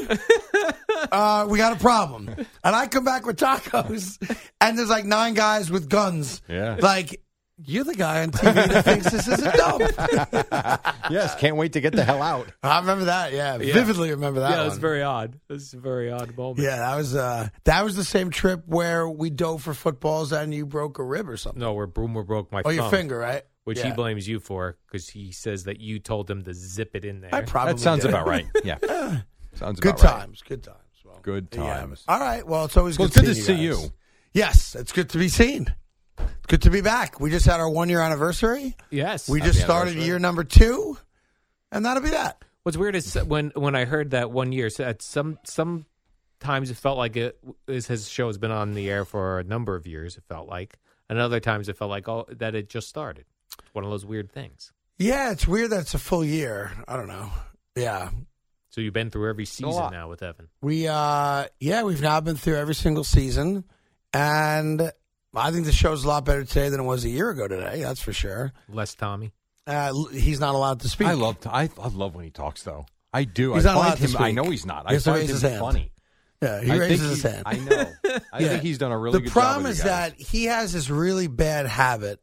uh, we got a problem. And I come back with tacos, and there's like nine guys with guns.
Yeah.
Like, you're the guy on TV that thinks this is a dump.
yes, can't wait to get the hell out.
I remember that. Yeah, vividly remember that.
yeah, it was
one.
very odd. This is a very odd moment.
Yeah, that was uh, that was the same trip where we dove for footballs and you broke a rib or something.
No, where Boomer broke my
oh,
thumb,
your finger, right?
which he
Yeah.
blames you for because he says that you told him to zip it in there.
I probably
That sounds
did.
about right. Yeah. sounds
Good
about right.
times, good times. Well,
Good
yeah.
times.
All right. Well, it's always
Well,
good,
good to see
seeing guys.
you.
Yes, it's good to be seen. It's good to be back. We just had our one year anniversary.
yes.
We just started year number two, and that'll be that.
What's weird is when when I heard that one year, so at some sometimes it felt like it is his show has been on the air for a number of years. It felt like, and other times it felt like oh that it just started. It's one of those weird things.
Yeah, it's weird that it's a full year. I don't know. Yeah.
So you've been through every season
lot.
now with Evan.
We uh yeah, we've now been through every single season and I think the show's a lot better today than it was a year ago today, that's for sure.
Less Tommy.
Uh, l- he's not allowed to speak.
I love I, I love when he talks though. I do.
He's
I
not
find
allowed to
him. I
speak.
know he's not.
He
I
has to
find
raise
him
his hand.
funny.
Yeah, he
I think
raises his
he-
hand.
I know. I
Yeah.
think he's done a really
the
good job.
problem
with
is
you guys.
that he has this really bad habit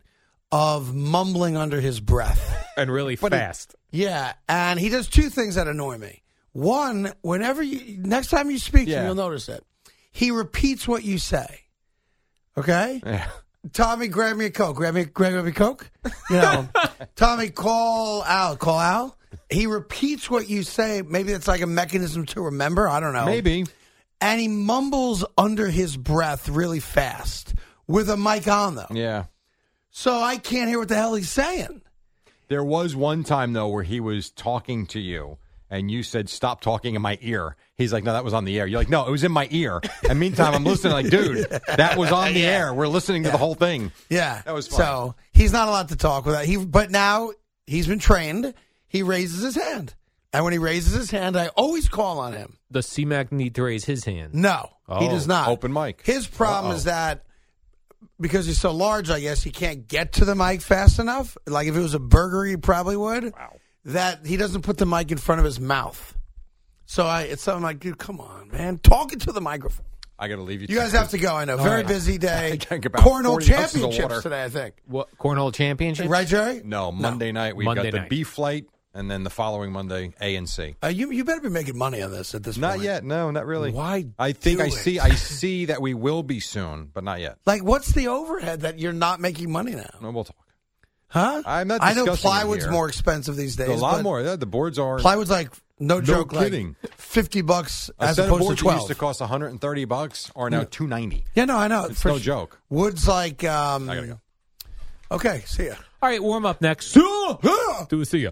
of mumbling under his breath.
And really fast.
Yeah, and he does two things that annoy me. One, whenever you next time you speak to him,
Yeah.
you'll notice it. He repeats what you say. Okay,
Yeah.
Tommy, grab me a coke. Grab me, grab me a coke. You know, Tommy, call Al. Call Al. He repeats what you say. Maybe it's like a mechanism to remember. I don't know.
Maybe.
And he mumbles under his breath really fast with a mic on though,
Yeah.
so I can't hear what the hell he's saying.
There was one time though where he was talking to you and you said stop talking in my ear. He's like, no, that was on the air. You're like, no, it was in my ear. And meantime, I'm listening. Like, dude, that was on the air. We're listening to the whole thing.
Yeah,
That was
so he's not allowed to talk without he. But now he's been trained. He raises his hand, and when he raises his hand, I always call on him.
Does C-Mac need to raise his hand?
No, he does
Oh,
not.
open mic.
His problem is that because he's so large, I guess he can't get to the mic fast enough. Like if it was a burger, he probably would. Wow. That he doesn't put the mic in front of his mouth. So I, it's something like, dude, come on, man, talk into the microphone.
I got to leave you.
You guys have to go. I know, very
right.
busy day.
I drank about
Cornhole
40 ounces of water.
championships today, I think.
What cornhole championship?
Right, Jerry?
No, Monday night we've
Monday
got the
night.
B flight, and then the following Monday A and C.
Uh, you you better be making money on this at this
Not
point.
yet. No, not really.
Why
I think
do
I
it?
see. I see that we will be soon, but not yet.
Like, what's the overhead that you're not making money now?
No, we'll talk.
Huh?
I'm not
I know
discussing it
plywood's
here.
more expensive these days.
a lot
but
more. Yeah, the boards are.
Plywood's like no, joke,
kidding.
like fifty bucks
a
as
set of
opposed to
boards that
twelve. Mm.
used to cost 130 bucks are now 290.
yeah, no, I know.
It's
For
no
sure.
joke.
Wood's like, um,
I gotta go.
okay, see ya.
All right, warm up next. Do we see you?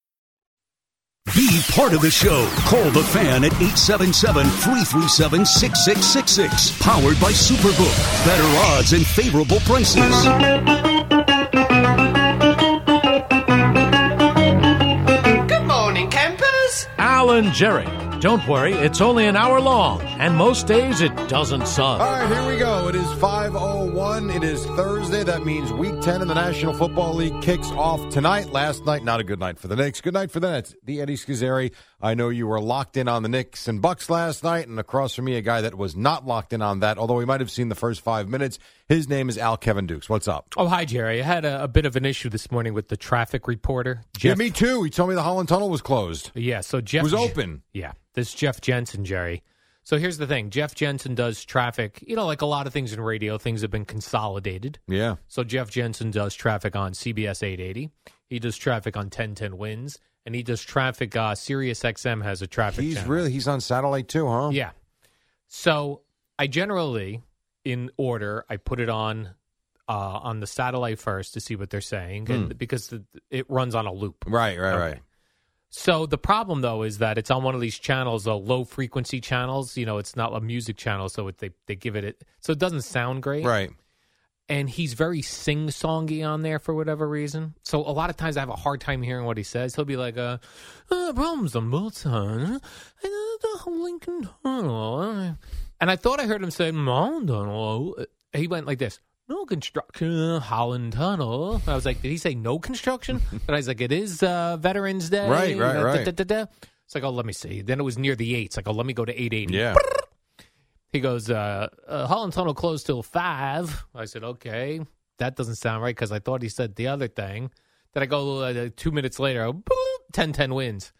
Be part of the show. Call the fan at 877 337 6666. Powered by Superbook. Better odds and favorable prices.
Good morning, Ken. Bill and Jerry. Don't worry, it's only an hour long, and most days it doesn't
All
suck.
right, here we go. It is 5:01. It is Thursday. That means Week 10 in the National Football League kicks off tonight. Last night, not a good night for the Knicks. Good night for the Nets. The Eddie Schizzeri. I know you were locked in on the Knicks and Bucks last night, and across from me, a guy that was not locked in on that. Although we might have seen the first five minutes. His name is Al Kevin Dukes. What's up?
Oh, hi, Jerry. I had a, a bit of an issue this morning with the traffic reporter.
Yeah, me too. He told me the Holland Tunnel was closed.
Yeah, so Jeff
was open.
Yeah, this Jeff Jensen, Jerry. So here's the thing Jeff Jensen does traffic. You know, like a lot of things in radio, things have been consolidated.
Yeah.
So Jeff Jensen does traffic on CBS 880. He does traffic on 1010 Wins, and he does traffic. Uh, Sirius XM has a traffic.
He's
channel.
really he's on satellite too, huh?
Yeah. So I generally, in order, I put it on uh, on the satellite first to see what they're saying, and because the, it runs on a loop.
Right, right,
Okay.
right.
So the problem though is that it's on one of these channels, the low frequency channels. You know, it's not a music channel, so it, they they give it, it so it doesn't sound great.
Right.
And he's very sing songy on there for whatever reason. So a lot of times I have a hard time hearing what he says. He'll be like, uh, uh problems on both sides. I know the Lincoln Tunnel. And I thought I heard him say, Mount Tunnel. He went like this. No construction, Holland Tunnel. I was like, did he say no construction? but I was like, it is uh, Veterans Day.
Right, right,
Da,
right.
da, da, da. It's like, oh, let me see. Then it was near the eights. Like, oh, let me go to 880.
Yeah.
He goes, uh, uh, Holland Tunnel closed till five. I said, okay, that doesn't sound right because I thought he said the other thing. Then I go uh, two minutes later, boop, 10 10 wins.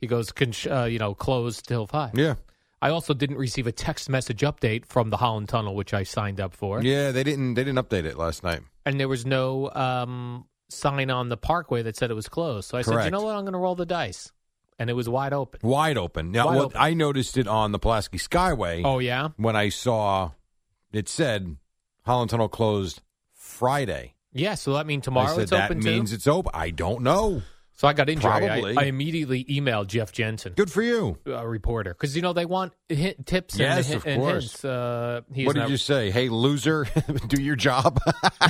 He goes, Con- uh, you know, closed till five.
Yeah.
I also didn't receive a text message update from the Holland Tunnel, which I signed up for.
Yeah, they didn't they didn't update it last night.
And there was no um, sign on the parkway that said it was closed. So I said, you
Correct.
know what? I'm going to roll the dice. And it was wide open.
Wide open. Now,
Wide
well,
open.
I noticed it on the Pulaski Skyway
Oh, yeah?
when I saw it said Holland Tunnel closed Friday.
Yeah. So that means
I
tomorrow
said
it's
that
open
means
too?
it's open. I don't know.
So I got injured. I,
Probably.
I immediately emailed Jeff Jensen.
Good for you.
uh, reporter because you know they want hint, tips
Yes,
and,
of
and
course.
hints. Uh, he's
what did
not,
you say? Hey, loser, do your job.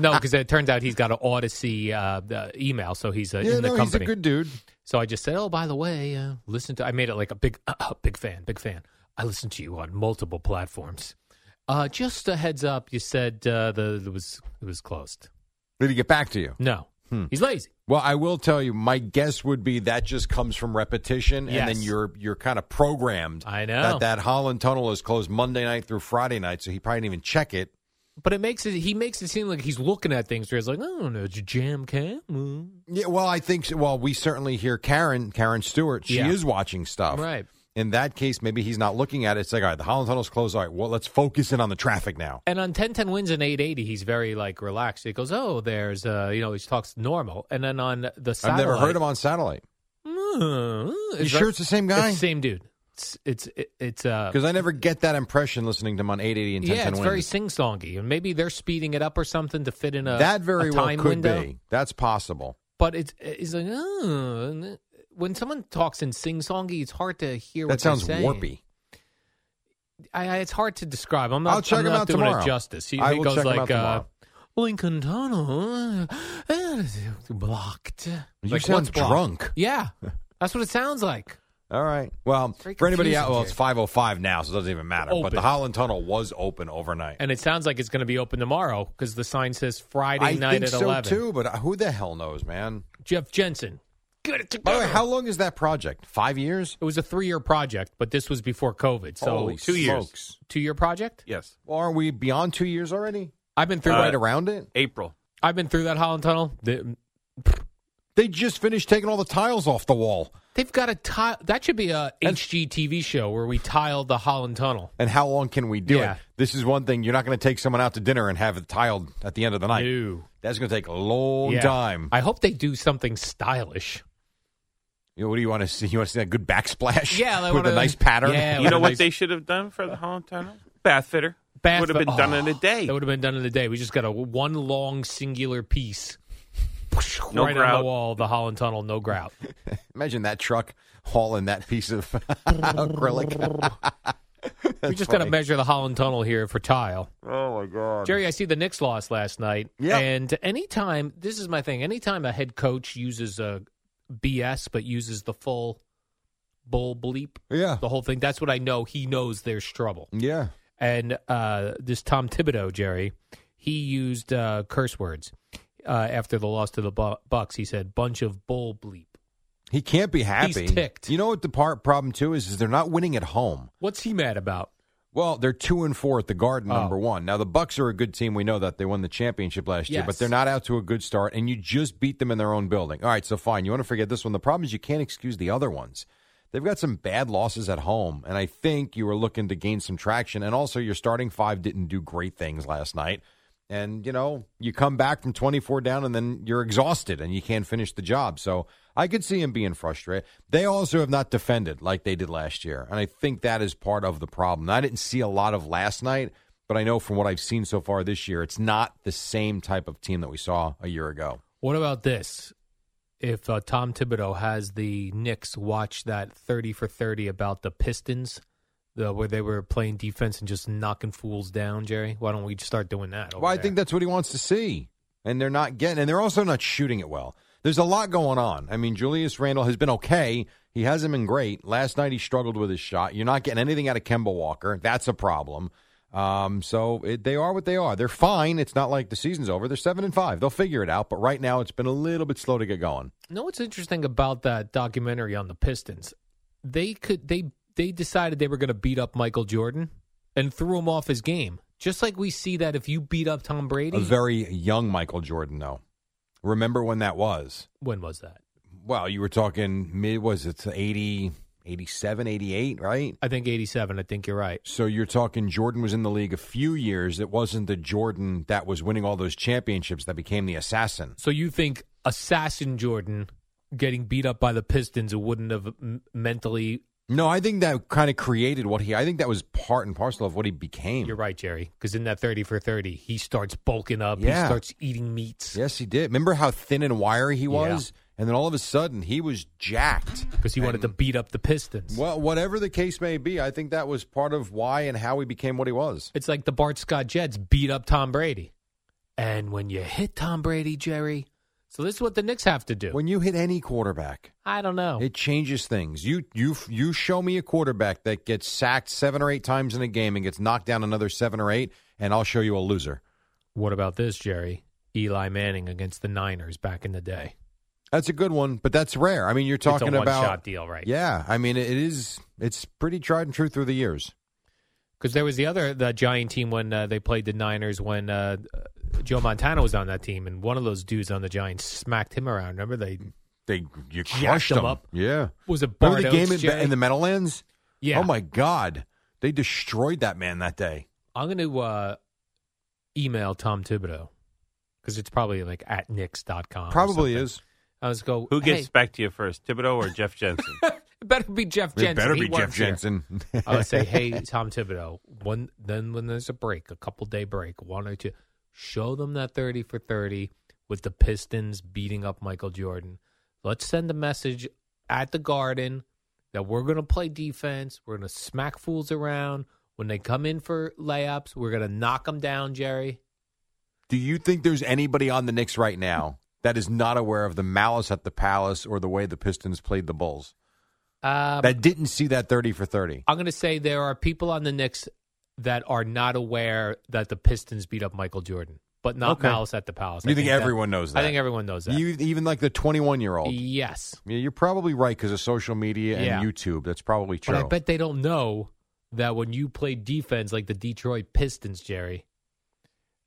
no, because it turns out he's got an Odyssey uh, uh, email, so he's uh, in
yeah,
the
no, he's a
company.
good dude.
so I just said, "Oh, by the way, uh, listen to." I made it like a big, big fan, big fan. I listened to you on multiple platforms. Uh, just a heads up, you said uh, the it was it was closed.
Did he get back to you?
No,
Hmm.
he's lazy.
Well, I will tell you, my guess would be that just comes from repetition, and then
Yes.
you're you're kind of programmed.
I know.
that that Holland Tunnel is closed Monday night through Friday night, so he probably didn't even check it.
But it makes it he makes it seem like he's looking at things where he's like, "Oh no, it's a jam cam." Mm.
Yeah, well, I think so. well, we certainly hear Karen, Karen Stewart. She
Yeah.
is watching stuff.
Right.
In that case, maybe he's not looking at it. It's like, all right, the Holland Tunnel's closed. All right, well, let's focus in on the traffic now.
And on ten ten wins and eight eighty, he's very like relaxed. He goes, "Oh, there's uh, you know," he talks normal. And then on the
I've
satellite,
never heard him on satellite.
Mm,
You
it's
sure
very-
it's the same guy?
It's the same dude. It's it's it- it's uh,
Because I never get that impression listening to him on 880 and 10
yeah, it's very sing songy, and maybe they're speeding it up or something to fit in a
that very
a
well
time
could
window.
be. That's possible.
But it's it's like "Oh," and when someone talks in sing songy, it's hard to hear. what
That sounds
they're saying.
warpy.
I, I- it's hard to describe. I'm not.
I'll check
I'm
him
not
out
doing
tomorrow.
It justice. He,
I
he
will
goes
check him
like
out tomorrow.
Uh, Lincoln Tunnel uh, blocked.
You
Like,
sound
what's blocked?
drunk.
Yeah, that's what it sounds like.
All right. Well,
uh, very
for anybody
confusing,
out, well, it's
Jerry.
5:05 now, so it doesn't even matter. But
Open.
the Holland Tunnel was open overnight.
And it sounds like it's going to be open tomorrow because the sign says Friday
I
night
think
at
so
eleven.
too, but uh, who the hell knows, man?
Jeff Jensen. Get it
By the
together.
way, how long is that project? Five years?
it was a three-year project, but this was before COVID, so
Holy
two
smokes.
years. Two-year project.
Yes.
Well, aren't we beyond two years already?
I've been through.
Uh,
right around it?
April.
I've been through that Holland Tunnel. The-
They just finished taking all the tiles off the wall.
They've got a tile. That should be a HGTV show where we tile the Holland Tunnel.
And how long can we do
Yeah.
it? This is one thing. You're not going to take someone out to dinner and have it tiled at the end of the night.
No.
That's going to take a long
Yeah.
time.
I hope they do something stylish.
You know, what do you want to see? You want to see that good backsplash?
Yeah, they
with
wanna-
a nice pattern.
Yeah,
You know
Nice.
what they should have done for the Holland Tunnel? Bath fitter.
Bath-
would have been
oh,
done in a day.
That would have been done in a day. We just got a one long singular piece.
No
right on
grout.
the wall, the Holland Tunnel, no grout.
Imagine that truck hauling that piece of acrylic.
we just got to measure the Holland Tunnel here for tile.
oh my god!
Jerry, I see the Knicks lost last night.
Yeah.
And anytime, this is my thing, anytime a head coach uses a BS but uses the full bull bleep.
Yeah.
The whole thing. That's what I know. He knows there's trouble.
Yeah.
And uh, this Tom Thibodeau, Jerry, he used uh, curse words uh, after the loss to the Bu- Bucks. He said, bunch of bull bleep.
He can't be happy.
ticked.
You know what the part problem too is? Is they're not winning at home.
What's he mad about?
Well, they're two and four at the Garden,
Oh.
number one. Now the Bucks are a good team. We know that they won the championship last year, but
Yes.
they're not out to a good start. And you just beat them in their own building. All right, so fine. You want to forget this one. The problem is you can't excuse the other ones. They've got some bad losses at home, and I think you were looking to gain some traction. And also, your starting five didn't do great things last night. And you know, you come back from twenty four down, and then you're exhausted, and you can't finish the job. So I could see him being frustrated. They also have not defended like they did last year, and I think that is part of the problem. I didn't see a lot of last night, but I know from what I've seen so far this year, it's not the same type of team that we saw a year ago.
What about this? If uh, Tom Thibodeau has the Knicks watch that 30 for 30 about the Pistons, the, where they were playing defense and just knocking fools down, Jerry, why don't we start doing that? over
Well, I
there?
think that's what he wants to see. And they're not getting, and they're also not shooting it well. There's a lot going on. I mean, Julius Randle has been okay. He hasn't been great. Last night he struggled with his shot. You're not getting anything out of Kemba Walker. That's a problem. Um, so it, they are what they are. They're fine. It's not like the season's over. They're seven and five. They'll figure it out. But right now, it's been a little bit slow to get going.
No, what's interesting about that documentary on the Pistons? They could they they decided they were going to beat up Michael Jordan and threw him off his game. Just like we see that if you beat up Tom Brady,
A very young Michael Jordan, though. Remember when that was?
when was that?
Well, you were talking mid. Was it 80, 87, 88, Right.
I think eighty-seven. I think you're right.
So you're talking Jordan was in the league a few years. It wasn't the Jordan that was winning all those championships that became the assassin.
So you think assassin Jordan getting beat up by the Pistons wouldn't have m- mentally?
No, I think that kind of created what he. I think that was part and parcel of what he became.
You're right, Jerry. Because in that thirty for thirty, he starts bulking up. He
Yeah.
starts eating meats
Yes, he did. Remember how thin and wiry he
Yeah.
was, and then all of a sudden he was jacked.
because he wanted to beat up the Pistons.
Well, whatever the case may be, I think that was part of why and how he became what he was.
It's like the Bart Scott Jets beat up Tom Brady. And when you hit Tom Brady, Jerry, so this is what the Knicks have to do.
When you hit any quarterback,
I don't know.
It changes things. You you you show me a quarterback that gets sacked seven or eight times in a game and gets knocked down another seven or eight, and I'll show you a loser.
what about this, Jerry? Eli Manning against the Niners back in the day.
That's a good one, but that's rare. I mean, you're talking
it's a
about
one-shot deal, right?
Yeah, I mean, it is. It's pretty tried and true through the years.
Because there was the other the Giant team when uh, they played the Niners when uh, Joe Montana was on that team, and one of those dudes on the Giants smacked him around. Remember they
They you
Jacked
crushed
them
them
up.
Yeah,
was it Bart
remember the
Oates,
game in,
Jerry?
in the Meadowlands?
yeah.
Oh my God, they destroyed that man that day.
I'm going to uh, email Tom Thibodeau because it's probably like at Knicks.com. or
Probably
Oh, something.
is.
I was go.
Who
hey,
gets back to you first, Thibodeau or Jeff Jensen?
It better be Jeff
It
Jensen.
better
He
be Jeff
works here.
Jensen.
I would say, hey, Tom Thibodeau. One, then when there's a break, a couple day break, one or two, show them that thirty for thirty with the Pistons beating up Michael Jordan. Let's send a message at the Garden that we're going to play defense. We're going to smack fools around. When they come in for layups, we're going to knock them down, Jerry.
Do you think there's anybody on the Knicks right now that is not aware of the malice at the Palace or the way the Pistons played the Bulls
Um,
that didn't see that 30 for 30?
I'm going to say there are people on the Knicks that are not aware that the Pistons beat up Michael Jordan, but not
Okay.
Malice at the Palace.
You think everyone knows that?
I think everyone knows that.
You, even like the 21 year old.
yes,
Yeah, you're probably right because of social media and
Yeah.
YouTube. That's probably true.
but I bet they don't know that when you play defense like the Detroit Pistons, Jerry,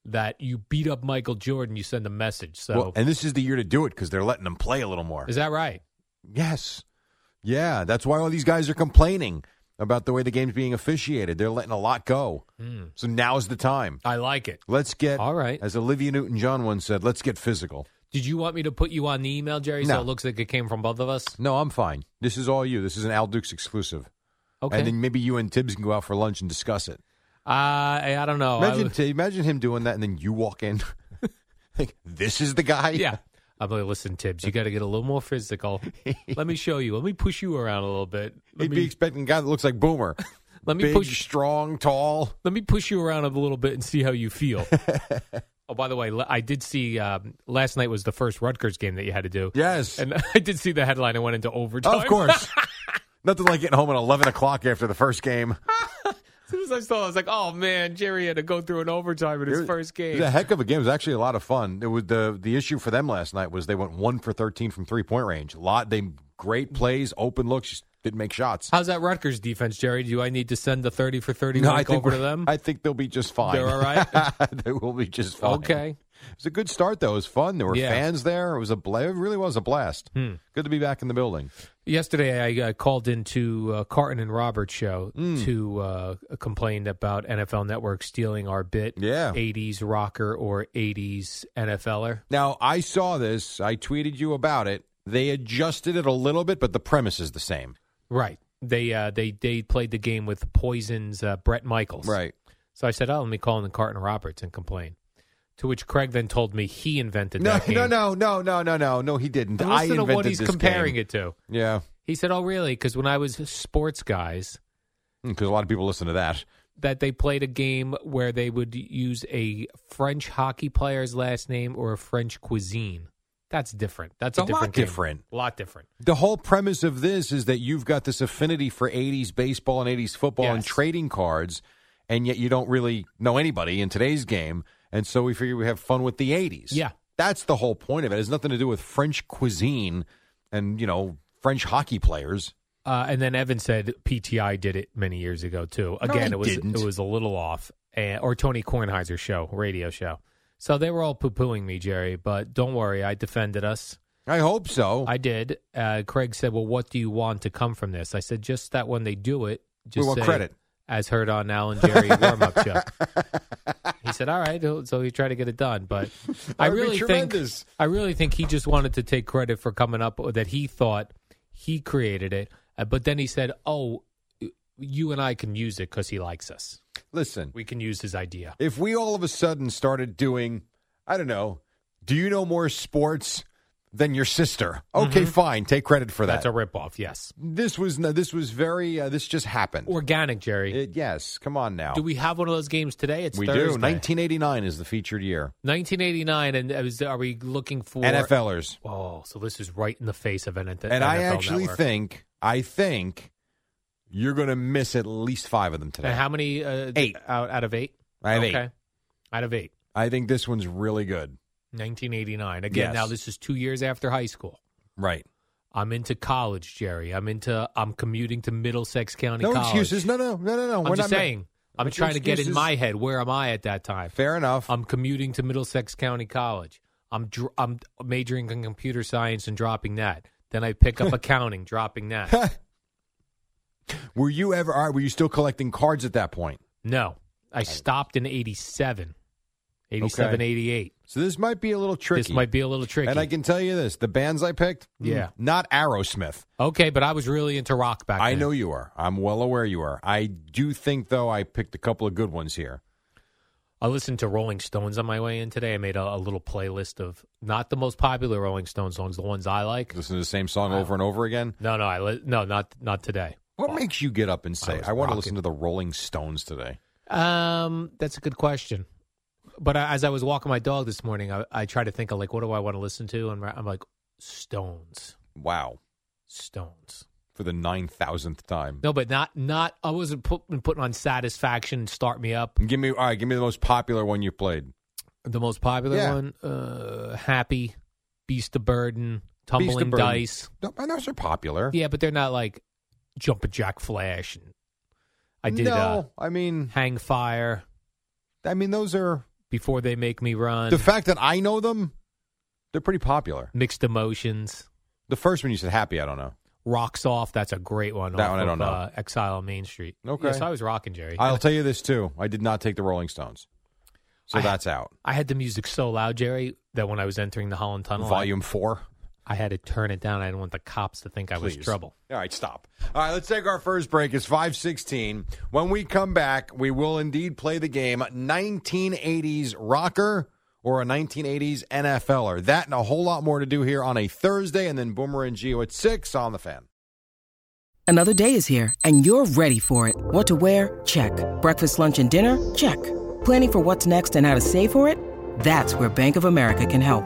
that you beat up Michael Jordan, you send a message. So
Well, and this is the year to do it because they're letting them play a little more.
is that right?
yes. Yeah, that's why all these guys are complaining about the way the game's being officiated. They're letting a lot go.
Hmm.
So now's the time.
I like it.
Let's get,
All right.
as Olivia Newton John once said, let's get physical.
Did you want me to put you on the email, Jerry? So
No.
it looks like it came from both of us.
No, I'm fine. This is all you. This is an Al Dukes exclusive.
Okay.
And then maybe you and Tibbs can go out for lunch and discuss it.
uh, I I don't know. Oh, I
imagine,
was-
Ti- imagine him doing that, and then you walk in. like, this is the guy?
Yeah. I'm like, listen, Tibbs, you got to get a little more physical. Let me show you. Let me push you around a little bit. Let
He'd
me,
be expecting a guy that looks like Boomer.
let me
Big,
push.
strong, tall.
Let me push you around a little bit and see how you feel. oh, by the way, l- I did see um, last night was the first Rutgers game that you had to do,
Yes.
and I did see the headline. I went into overtime.
of course. Nothing like getting home at 11 o'clock after the first game.
As soon as I saw, it, I was like, "Oh man, Jerry had to go through an overtime in his
It was-
first
It
game."
was a heck of a game. It was actually a lot of fun. It was the the issue for them last night was they went one for thirteen from three point range. A lot they great plays, open looks, just didn't make shots.
How's that Rutgers defense, Jerry? Do I need to send the thirty for thirty
No,
link over to them?
I think they'll be just fine.
They're all right?
they will be just fine.
okay,
It was a good start though. It was fun. There were
Yeah. Hmm.
fans there. It was a bla- it really was a blast. Good to be back in the building.
Yesterday, I uh, called into uh, Carton and Roberts show
Hmm.
to uh, complain about NFL Network stealing our bit.
Yeah.
'80s rocker or '80s NFLer.
Now I saw this. I tweeted you about it. They adjusted it a little bit, but the premise is the same.
Right. They uh, they they played the game with Poison's uh, Brett Michaels. So I said, "Oh, let me call in Carton and Roberts and complain." To which Craig then told me he invented
No,
that game.
no, no, no, no, no, no, no. He didn't.
Listen
I
to
invented
what he's
this
comparing
game.
it to.
Yeah,
He said, "Oh, really? Because when I was sports guys,
because Hmm, a lot of people listen to that.
that they played a game where they would use a French hockey player's last name or a French cuisine. That's different. That's a,
A lot
different game.
different.
A lot different.
The whole premise of this is that you've got this affinity for 80s baseball and 80s football and
Yes.
trading cards, and yet you don't really know anybody in today's game. And so we figure we have fun with the 80s.
Yeah.
That's the whole point of it. It has nothing to do with French cuisine and, you know, French hockey players.
Uh, and then Evan said PTI did it many years ago too.
No,
Again,
they
it was
didn't.
it was a little off, and, or Tony Kornheiser's show, radio show. So they were all poo pooing me, Jerry. But don't worry, I defended us.
I hope so.
I did. Uh, Craig said, "Well, what do you want to come from this?" I said, "Just that when they do it, just
want
say,
credit.
as heard on Alan Jerry warm up show." He said, "All right," so he tried to get it done. But I
would be
really think
tremendous.
I really think he just wanted to take credit for coming up or that he thought he created it, Uh, but then he said, "Oh." You and I can use it because he likes us.
Listen,
We can use his idea.
if we all of a sudden started doing, I don't know, do you know more sports than your sister? Okay, fine. Take credit for that.
Mm-hmm. That's a ripoff, yes.
this was no, this was very uh, this just happened.
Organic, Jerry.
It- yes, come on now.
do we have one of those games today? It's
We
Thursday.
do. 1989 is the featured year.
1989, and is, are we looking for
NFLers.
Oh, so this is right in the face of an NFL.
And I actually
Network.
think I think you're going to miss at least 5 of them today.
And how many? Uh,
Eight.
out, out of eight.
I have eight.
okay. Out of eight.
I think this one's really good.
1989. Again,
Yes.
now this is two years after high school.
Right.
I'm into college, Jerry. I'm into. I'm commuting to Middlesex County.
No
College.
excuses. No, no, no, no, no.
I'm
We're
just
not ma-
saying. I'm
No
trying to get in
excuses.
my head. Where am I at that time?
Fair enough.
I'm commuting to Middlesex County College. I'm dr- I'm majoring in computer science and dropping that. Then I pick up accounting, dropping that.
were you ever all right, were you still collecting cards at that point?
No, I stopped in 87, 87,
Okay.
88.
So this might be a little tricky.
This might be a little tricky.
And I can tell you this, the bands I picked, mm,
Yeah.
not Aerosmith.
okay, but I was really into rock back then.
I know you are. I'm well aware you are. I do think, though, I picked a couple of good ones here.
I listened to Rolling Stones on my way in today. I made a, a little playlist of not the most popular Rolling Stones songs, the ones I like.
Listen to the same song over and over again.
No, no, I li- no, not not today.
What makes you get up and say,
was
I, want
rocking.
to listen to the Rolling Stones today?
Um, that's a good question. But I, as I was walking my dog this morning, I, I tried to think of like, what do I want to listen to? And I'm like, Stones,
Wow.
Stones.
For the 9,000th time.
No, but not not. I wasn't put, putting on Satisfaction, Start Me Up.
Give me, all right, give me the most popular one you played.
The most popular
Yeah.
one, uh, Happy, Beast of Burden, Tumbling
Beast of Burden.
Dice.
No, and those are popular.
Yeah, but they're not like Jumpin' Jack Flash. And I did
No,
uh,
I mean,
Hang Fire
I mean, those are
before they make me run.
the fact that I know them. They're pretty popular.
Mixed Emotions,
The first one you said happy. I don't know.
Rocks Off. That's a great one.
That
off
one I
of,
don't know.
Uh, Exile on Main Street.
Okay.
Yeah, so I was rocking Jerry.
I'll tell you this too. I did not take the Rolling Stones, so
I-
that's out.
I had the music so loud, Jerry, that when I was entering the Holland Tunnel, I-
Volume four.
I had to turn it down. I didn't want the cops to think I was
Please.
trouble.
All right, stop. All right, let's take our first break. It's 516. When we come back, we will indeed play the game 1980s rocker or a 1980s NFLer. er. That and a whole lot more to do here on a Thursday, and then Boomer and Geo at 6 on the fan.
Another day is here, and you're ready for it. What to wear? Check. Breakfast, lunch, and dinner? Check. Planning for what's next and how to save for it? That's where Bank of America can help.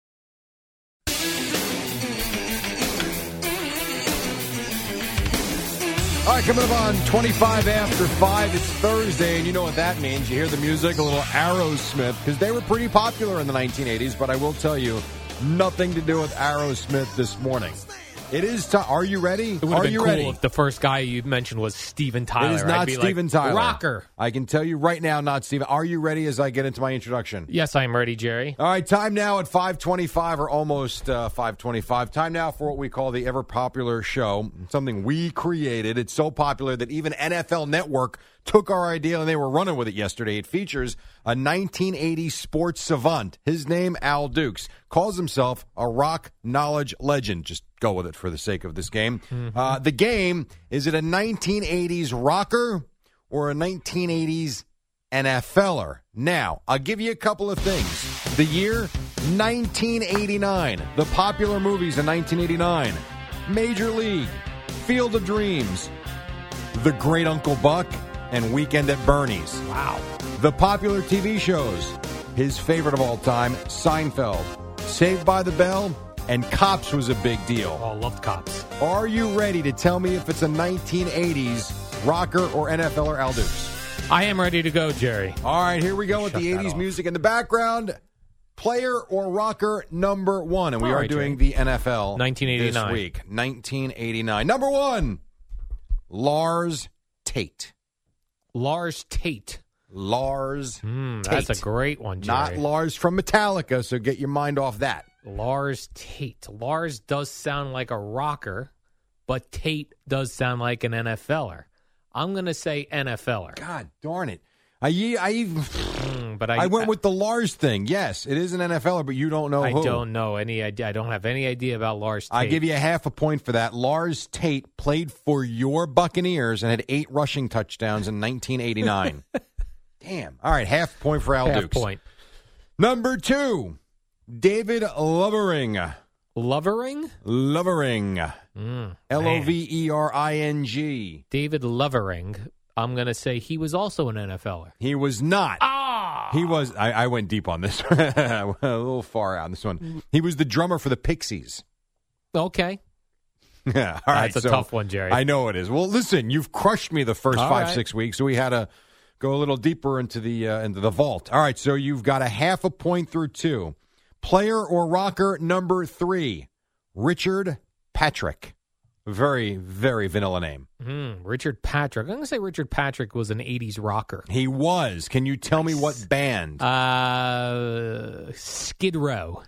All right, coming up on 25 after 5, it's Thursday, and you know what that means. You hear the music, a little Aerosmith, because they were pretty popular in the 1980s, but I will tell you, nothing to do with Aerosmith this morning. It is time. Are you ready?
It would
Are
have been
you
cool
ready?
if the first guy you mentioned was Steven Tyler.
It is
I'd
not
be like,
Steven Tyler.
Rocker.
I can tell you right now, not Steven. Are you ready as I get into my introduction?
Yes, I'm ready, Jerry.
All right, time now at 525 or almost uh, 525. Time now for what we call the ever popular show, something we created. It's so popular that even NFL Network took our idea and they were running with it yesterday. It features a 1980 sports savant. His name, Al Dukes, calls himself a rock knowledge legend. Just go with it for the sake of this game. Uh, the game is it a 1980s rocker or a 1980s NFLer. Now, I'll give you a couple of things. The year 1989, the popular movies in 1989, Major League, Field of Dreams, The Great Uncle Buck, and Weekend at Bernie's. Wow. The popular TV shows, his favorite of all time, Seinfeld, Saved by the Bell, and Cops was a big deal.
Oh, loved cops.
Are you ready to tell me if it's a 1980s rocker or NFLer Al Dukes?
I am ready to go, Jerry.
All right, here we go with
Shut
the
that
80s
off.
music in the background. Player or rocker number one. And we
All
are
right,
doing the NFL
1989.
this week. 1989. Number one, Lars Tate.
Lars Tate.
Lars
Hmm,
Tate.
that's a great one, Jerry.
Not Lars from Metallica, so get your mind off that.
Lars Tate. Lars does sound like a rocker, but Tate does sound like an NFLer. er. I'm going to say NFLer.
God darn it. I, ye- I, even-
Mm, er. but I,
I went with the Lars thing. Yes, it is an NFLer, er, but you don't know
I
who.
don't know any idea. I don't have any idea about Lars Tate.
I give you a half a point for that. Lars Tate played for your Buccaneers and had eight rushing touchdowns in 1989. Damn. All right, half point for Al
half
Dukes.
point.
Number two, David Lovering.
Lovering?
Lovering.
Mm,
L O
man.
V E R I N G.
David Lovering. I'm going to say he was also an NFLer.
He was not.
Ah!
He was. I, I went deep on this. I went a little far out on this one. He was the drummer for the Pixies.
Okay.
Yeah, all right.
That's a
so
tough one, Jerry.
I know it is. Well, listen, you've crushed me the first
All
five
right.
six weeks, so we had to go a little deeper into the uh, into the vault. All right, so you've got a half a point through two. Player or rocker number three, Richard Patrick. Very very vanilla name.
Mm, Richard Patrick. I'm going to say Richard Patrick was an 80s rocker.
He was. Can you tell me what band?
Uh, Skid Row.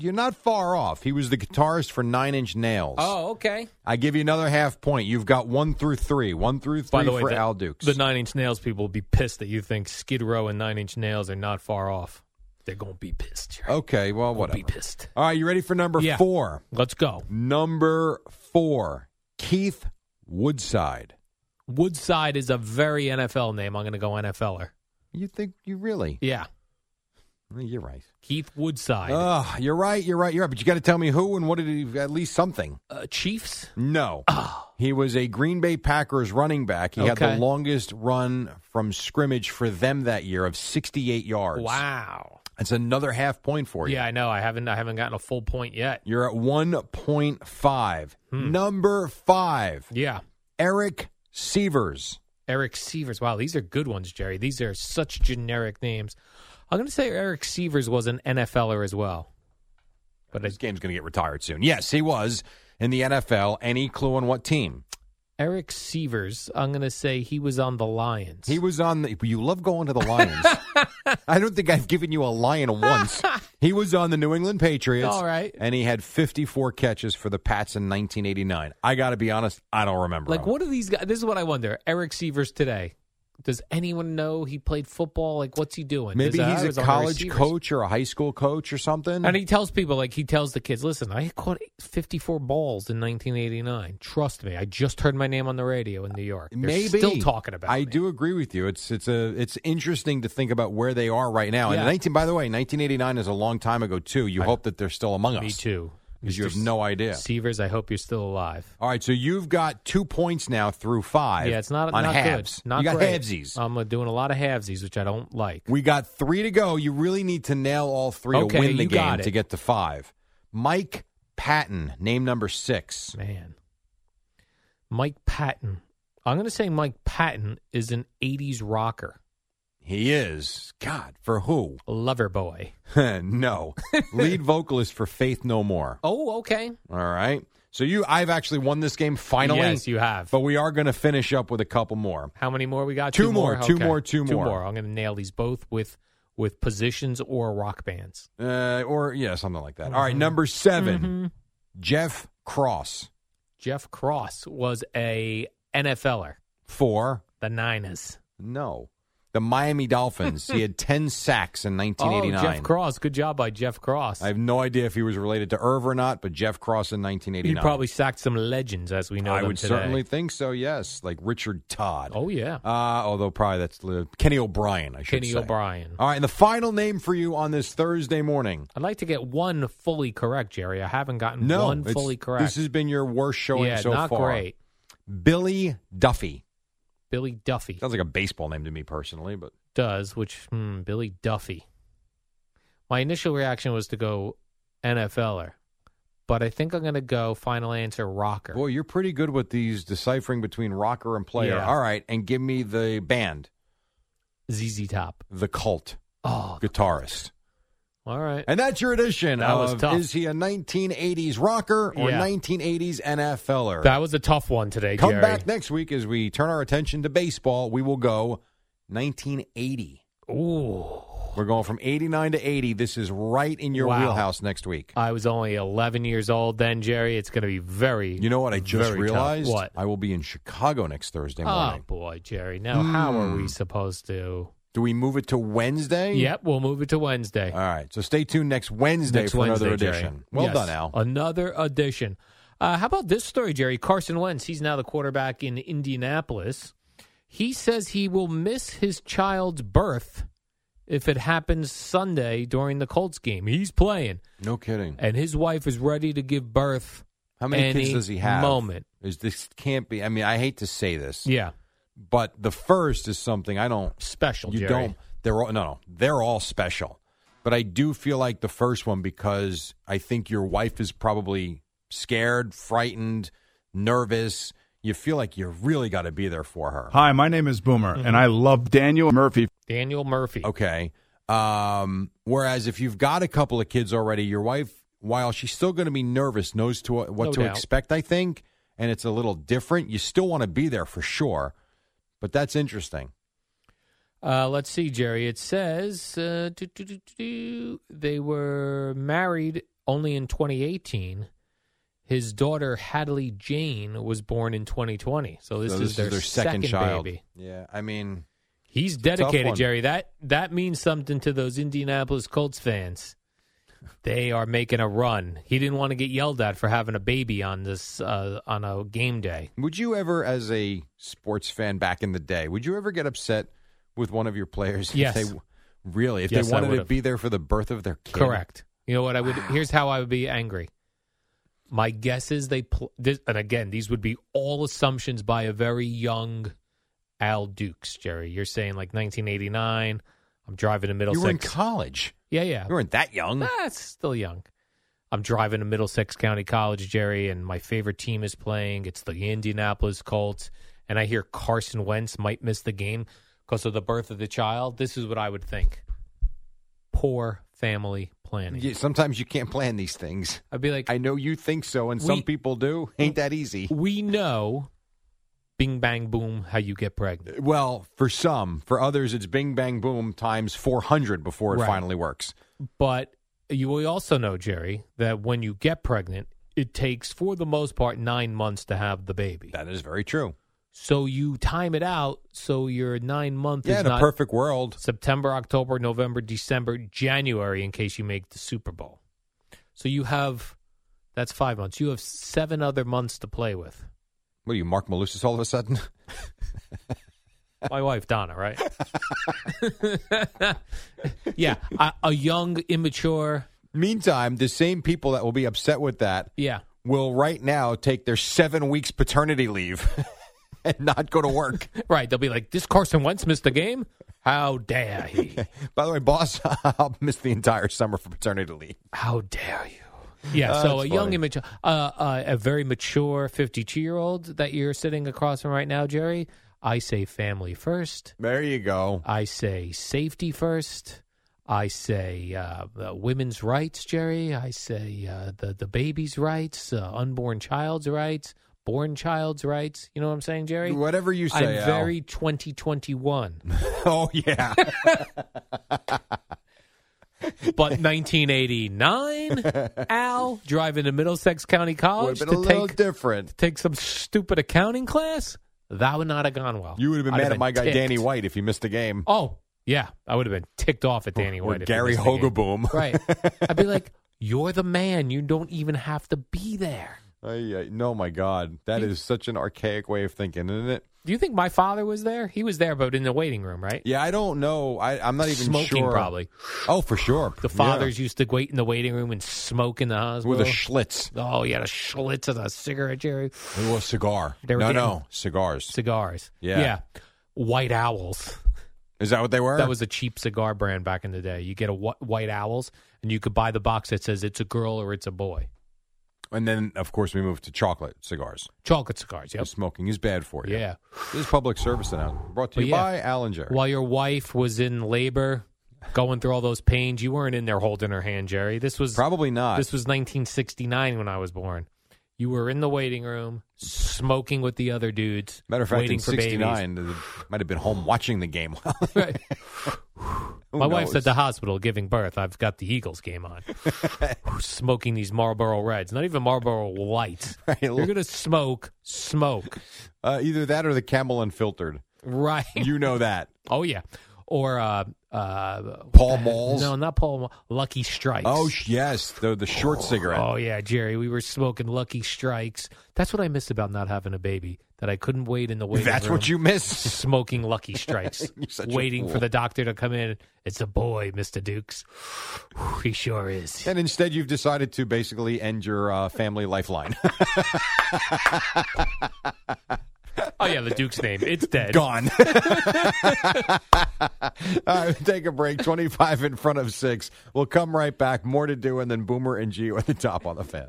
You're not far off. He was the guitarist for Nine Inch Nails.
Oh, okay.
I give you another half point. You've got one through three. One through three
By the way,
for
the,
Al Dukes.
the Nine Inch Nails people will be pissed that you think Skid Row and Nine Inch Nails are not far off. They're going to be pissed. Jerry.
okay, well,
Gonna
Uh, whatever.
Be pissed.
All right, you ready for number
Yeah.
four?
Let's go.
Number four, Keith Woodside.
Woodside is a very NFL name. I'm going to go NFLer.
You think you really?
Yeah.
You're right.
Keith Woodside. Uh,
Ugh, you're right. You're right. You're right. But you got to tell me who and what did he? At least something.
Uh, Chiefs?
No. He was a Green Bay Packers running back. He had
Oh. Okay.
the longest run from scrimmage for them that year of 68 yards.
Wow.
That's another half point for you.
Yeah, I know. I haven't I haven't gotten a full point yet.
You're at 1.5.
Hmm.
Number five,
Yeah.
Eric Severs.
Eric Severs. Wow, these are good ones, Jerry. These are such generic names. I'm going to say Eric Severs was an NFLer er as well. But
This
it's
game's going to get retired soon. Yes, he was in the NFL. Any clue on what team?
Eric Severs, I'm going to say he was on the Lions.
He was on the. You love going to the Lions. I don't think I've given you a lion once. He was on the New England Patriots.
All right.
And he had 54 catches for the Pats in 1989. I got to be honest, I don't remember.
like
him.
what are these guys? This is what I wonder. Eric Severs today. Does anyone know he played football? Like, what's he doing?
Maybe
Does- I
he's
was
a
on the
college
receivers.
coach or a high school coach or something.
And he tells people, like, he tells the kids, listen, I caught 54 balls in 1989. Trust me, I just heard my name on the radio in New York. They're
Maybe
still talking about
I
me.
do agree with you. It's it's a it's interesting to think about where they are right now. And
Yeah.
19, by the way, 1989 is a long time ago too. You hope that they're still among us.
Me too.
because you
Mr.
have no idea.
Seavers, I hope you're still alive.
All right, so you've got two points now through five.
Yeah, it's not
on
not
halves.
good. Not
you got
great.
halvesies.
I'm uh, doing a lot of halvesies, which I don't like.
We got three to go. You really need to nail all three
Okay,
to win the
you got
game
it.
to get to five. Mike Patton, name number six.
Man. Mike Patton. I'm going to say Mike Patton is an 80s rocker.
He is. God, for who?
Lover boy.
no. Lead vocalist for Faith No More.
Oh, okay.
All right. So you I've actually won this game finally.
Yes, you have.
But we are going to finish up with a couple more.
How many more we got?
Two more, two
Okay.
more, two more.
I'm going to nail these both with with positions or rock bands.
Uh, or yeah, something like
Mm-hmm.
that. All right, number 7 Jeff Cross
Jeff Cross was a NFLer,
for
er, the Niners.
no. The Miami Dolphins. he had 10 sacks in 1989.
Oh, Jeff Cross. Good job by Jeff Cross.
I have no idea if he was related to Irv or not, but Jeff Cross in
he
1989.
probably sacked some legends as we know
I
them
would
today.
certainly think so. Yes, like Richard Todd.
Oh yeah,
Uh, although probably that's li- Kenny O'Brien. I should
Kenny
say. Oh.
O'Brien.
All right, and the final name for you on this Thursday morning.
I'd like to get one fully correct, Jerry. I haven't gotten
No,
one
it's-
fully correct.
This has been your worst showing
yeah,
so
not
far.
great.
Billy Duffy
Billy Duffy
sounds like a baseball name to me personally, but
does, which hmm, Billy Duffy. My initial reaction was to go NFLer, but I think I'm going to go final answer rocker.
boy, you're pretty good with these deciphering between rocker and player.
Yeah.
All right, and give me the band,
ZZ Top.
the Cult
Oh,
guitarist,
all right.
and that's your edition
That was
of
tough.
is he a 1980s rocker or
Yeah.
1980s NFLer?
That was a tough one today,
Come
Jerry.
back next week as we turn our attention to baseball. We will go 1980.
Ooh,
We're going from 89 to 80. This is right in your
Wow.
wheelhouse next week.
I was only 11 years old then, Jerry. It's going to be very.
You know what I just
very tough.
realized?
What?
I will be in Chicago next Thursday
Oh
morning.
boy, Jerry. Now, how are
Hmm.
we supposed to?
Do we move it to Wednesday?
Yep, we'll move it to Wednesday.
All right. So stay tuned next Wednesday
Next
for another
Wednesday, Jerry.
edition. Well
Yes, Uh,
done, Al.
Another edition. Uh, how about this story, Jerry? Carson Wentz, he's now the quarterback in Indianapolis. He says he will miss his child's birth if it happens Sunday during the Colts game. He's playing,
no kidding.
and his wife is ready to give birth.
How many
any
kids does he have?
moment.
Is this can't be? I mean, I hate to say this,
Yeah,
but the first is something I don't
special,
You
Jerry.
don't. They're all no, no. They're all special, but I do feel like the first one because I think your wife is probably scared, frightened, nervous. You feel like you really got to be there for her.
Hi, my name is Boomer,
Mm-hmm.
and I love Daniel Murphy.
Daniel Murphy.
Okay. Um, whereas if you've got a couple of kids already, your wife, while she's still going to be nervous, knows to what
No
to
doubt.
expect. I think, and it's a little different. You still want to be there for sure, but that's interesting.
Uh, let's see, Jerry. It says uh, do, do, do, do, do. they were married only in 2018. His daughter Hadley Jane was born in 2020, so this,
So
is, their second,
child.
baby.
Yeah, I mean.
He's
a tough one.
dedicated, Jerry. That that means something to those Indianapolis Colts fans. They are making a run. He didn't want to get yelled at for having a baby on this uh, on a game day.
Would you ever, as a sports fan back in the day, would you ever get upset with one of your players?
Yes.
If they, really? If
Yes,
they
I
wanted to
would've.
be there for the birth of their kid?
Correct. You know what I would? Here's how I would be angry. My guess is they pl- this, and again, these would be all assumptions by a very young Al Dukes, Jerry. You're saying like 1989. I'm driving to
You
Middlesex.
were in college.
yeah, yeah.
You weren't that young.
That's still young. I'm driving to Middlesex County College, Jerry, and my favorite team is playing. It's the Indianapolis Colts, and I hear Carson Wentz might miss the game because of the birth of the child. This is what I would think. Poor family planning.
You- sometimes you can't plan these things.
I'd be like,
I know you think so, and some
We-
people do. Ain't that easy?
we know, bing bang boom, how you get pregnant.
Well, for some, for others, it's bing bang boom times four hundred before it
Right.
finally works.
But you will also know, Jerry, that when you get pregnant, it takes for the most part nine months to have the baby.
That is very true.
So you time it out so your nine month
Yeah,
is
in a
not
perfect world.
September, October, November, December, January in case you make the Super Bowl. So you have that's five months. You have seven other months to play with.
What are you, Mark Malusis all of a sudden?
My wife Donna, right? yeah, a, a young, immature.
Meantime, the same people that will be upset with that
Yeah,
will right now take their seven weeks paternity leave and not go to work.
right. They'll be like, "This Carson Wentz missed the game. How dare he?
By the way, boss, I'll miss the entire summer for paternity leave.
How dare you?" Yeah.
Oh,
so a
that's
young,
funny.
immature, uh, uh, a very mature fifty-two-year-old that you're sitting across from right now, Jerry. I say family first.
There you go.
I say safety first. I say uh, uh, women's rights, Jerry. I say uh, the the baby's rights, uh, unborn child's rights, born child's rights. You know what I'm saying, Jerry?
Whatever you
I'm
say, Al.
very 2021,
Oh, yeah.
but 1989, Al driving to Middlesex County
Would
College
have
to
been a little
take
different.
take some stupid accounting class. That would not have gone well.
You would have been
I'd
mad at my guy
ticked.
Danny White if he missed the game.
Oh, yeah. I would have been ticked off at Danny
Oh, Or
White. if he
Gary
missed the game.
Hogaboom.
Right. I'd be like, you're the man. You don't even have to be there.
Ay, ay, no, my God. That is such an archaic way of thinking, isn't it?
Do you think my father was there? He was there, but in the waiting room, right?
Yeah, I don't know. I, I'm not even
Smoking,
sure.
probably.
Oh, for sure.
The fathers used to wait in the waiting room and smoke in the
Yeah.
hospital.
with a Schlitz.
oh, he had a Schlitz and a cigarette, Jerry.
It was cigar.
They were
no,
getting-
no, cigars.
Cigars.
Yeah.
White Owls.
Is that what they were?
That was a cheap cigar brand back in the day. You get a wh- White Owls, and you could buy the box that says it's a girl or it's a boy.
and then, of course, we moved to chocolate cigars.
Chocolate cigars, yep.
Smoking is bad for you.
Yeah.
This is public service announcement brought to
But
you
yeah.
by Alan Jerry.
While your wife was in labor, going through all those pains, you weren't in there holding her hand, Jerry. This was
Probably not.
this was 1969 when I was born. You were in the waiting room, smoking with the other dudes.
Matter of fact,
waiting
in
for babies.
'69, they might have been home watching the game.
Right.
Who
My wife's
knows?
at the hospital giving birth. I've got the Eagles game on. smoking these Marlboro Reds, not even Marlboro Lights.
Right,
You're gonna smoke, smoke,
uh, either that or the Camel Unfiltered.
right?
You know that.
oh yeah, or uh, uh,
Paul Malls.
No, not Paul. Mall. Lucky Strikes.
Oh sh- yes, the the short cigarette.
Oh yeah, Jerry, we were smoking Lucky Strikes. That's what I missed about not having a baby. That I couldn't wait in the waiting
That's
room
what you miss.
smoking Lucky Strikes,
You're such a
waiting for
fool.
the doctor to come in. It's a boy, Mister Dukes. he sure is.
And instead, you've decided to basically end your uh, family lifeline.
Oh yeah, the Duke's name. It's dead.
Gone. All right, take a break. 25 in front of six. We'll come right back. More to do, and then Boomer and Gio at the top on the fan.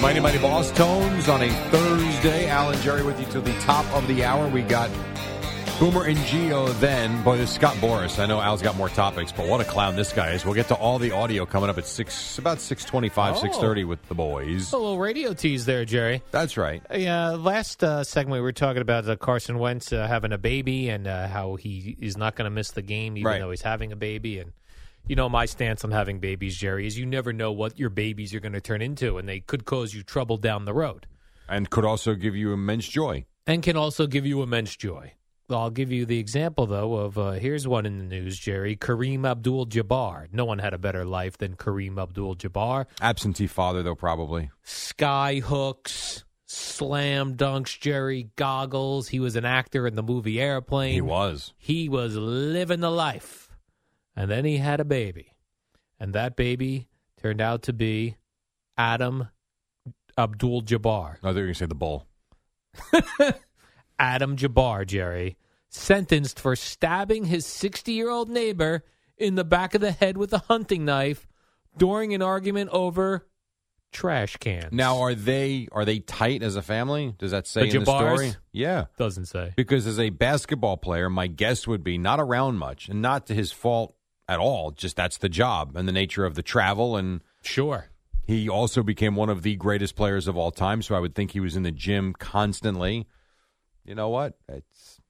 Mighty Mighty Boss Tones on a Thursday. Alan Jerry with you till the top of the hour. We got Boomer and Geo then. Boy, this is Scott Boris. I know Al's got more topics, but what a clown this guy is. We'll get to all the audio coming up at six about six twenty five,
Oh.
six thirty with the boys.
A little radio tease there, Jerry.
That's right.
Yeah, last uh, segment we were talking about uh, Carson Wentz uh, having a baby and uh, how he is not going to miss the game, even
Right.
though he's having a baby. And you know, my stance on having babies, Jerry, is you never know what your babies are going to turn into, and they could cause you trouble down the road,
And could also give you immense joy.
and can also give you immense joy. I'll give you the example though of uh, here's one in the news, Jerry. Kareem Abdul-Jabbar. No one had a better life than Kareem Abdul-Jabbar.
Absentee father though, probably.
sky hooks, slam dunks, Jerry goggles. He was an actor in the movie Airplane.
He was.
He was living the life. And then he had a baby. And that baby turned out to be Adam Abdul Jabbar.
No, they're gonna say the bull.
Adam Jabbar, Jerry, sentenced for stabbing his 60 year old neighbor in the back of the head with a hunting knife during an argument over trash cans.
Now, are they are they tight as a family? Does that say
The
in the
Jabars?
story? Yeah,
doesn't say.
Because as a basketball player, my guess would be not around much, and not to his fault at all. Just that's the job and the nature of the travel. And
sure,
he also became one of the greatest players of all time. So I would think he was in the gym constantly. You know what? It's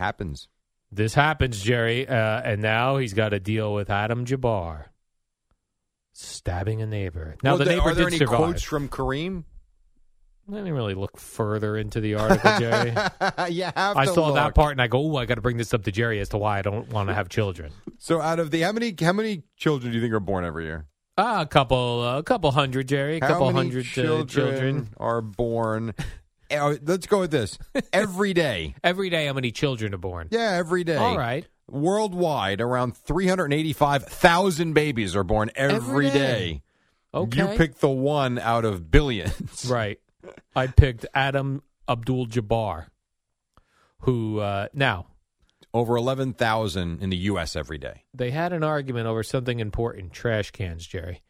happens.
This happens, Jerry, uh, and now he's got to deal with Adam Jabbar stabbing a neighbor. Now
Well,
the
th-
neighbor
are there
did
any
survive.
quotes from Kareem?
I didn't really look further into the article, Jerry.
you have.
I
to
saw
look.
that part and I go, "Oh, I got to bring this up to Jerry as to why I don't want to have children."
So out of the how many how many children do you think are born every year?
Ah, a couple, a couple hundred, Jerry. A
How
couple
many
hundred uh, children.
are born. Uh, Let's go with this. Every day.
Every day, how many children are born?
Yeah, every day.
All right.
Worldwide, around 385,000 babies are born
Every
every
day.
day.
Okay.
You pick the one out of billions.
Right. I picked Adam Abdul Jabbar, who uh, now
Over 11,000 in the U.S. every day.
they had an argument over something important trash cans, Jerry.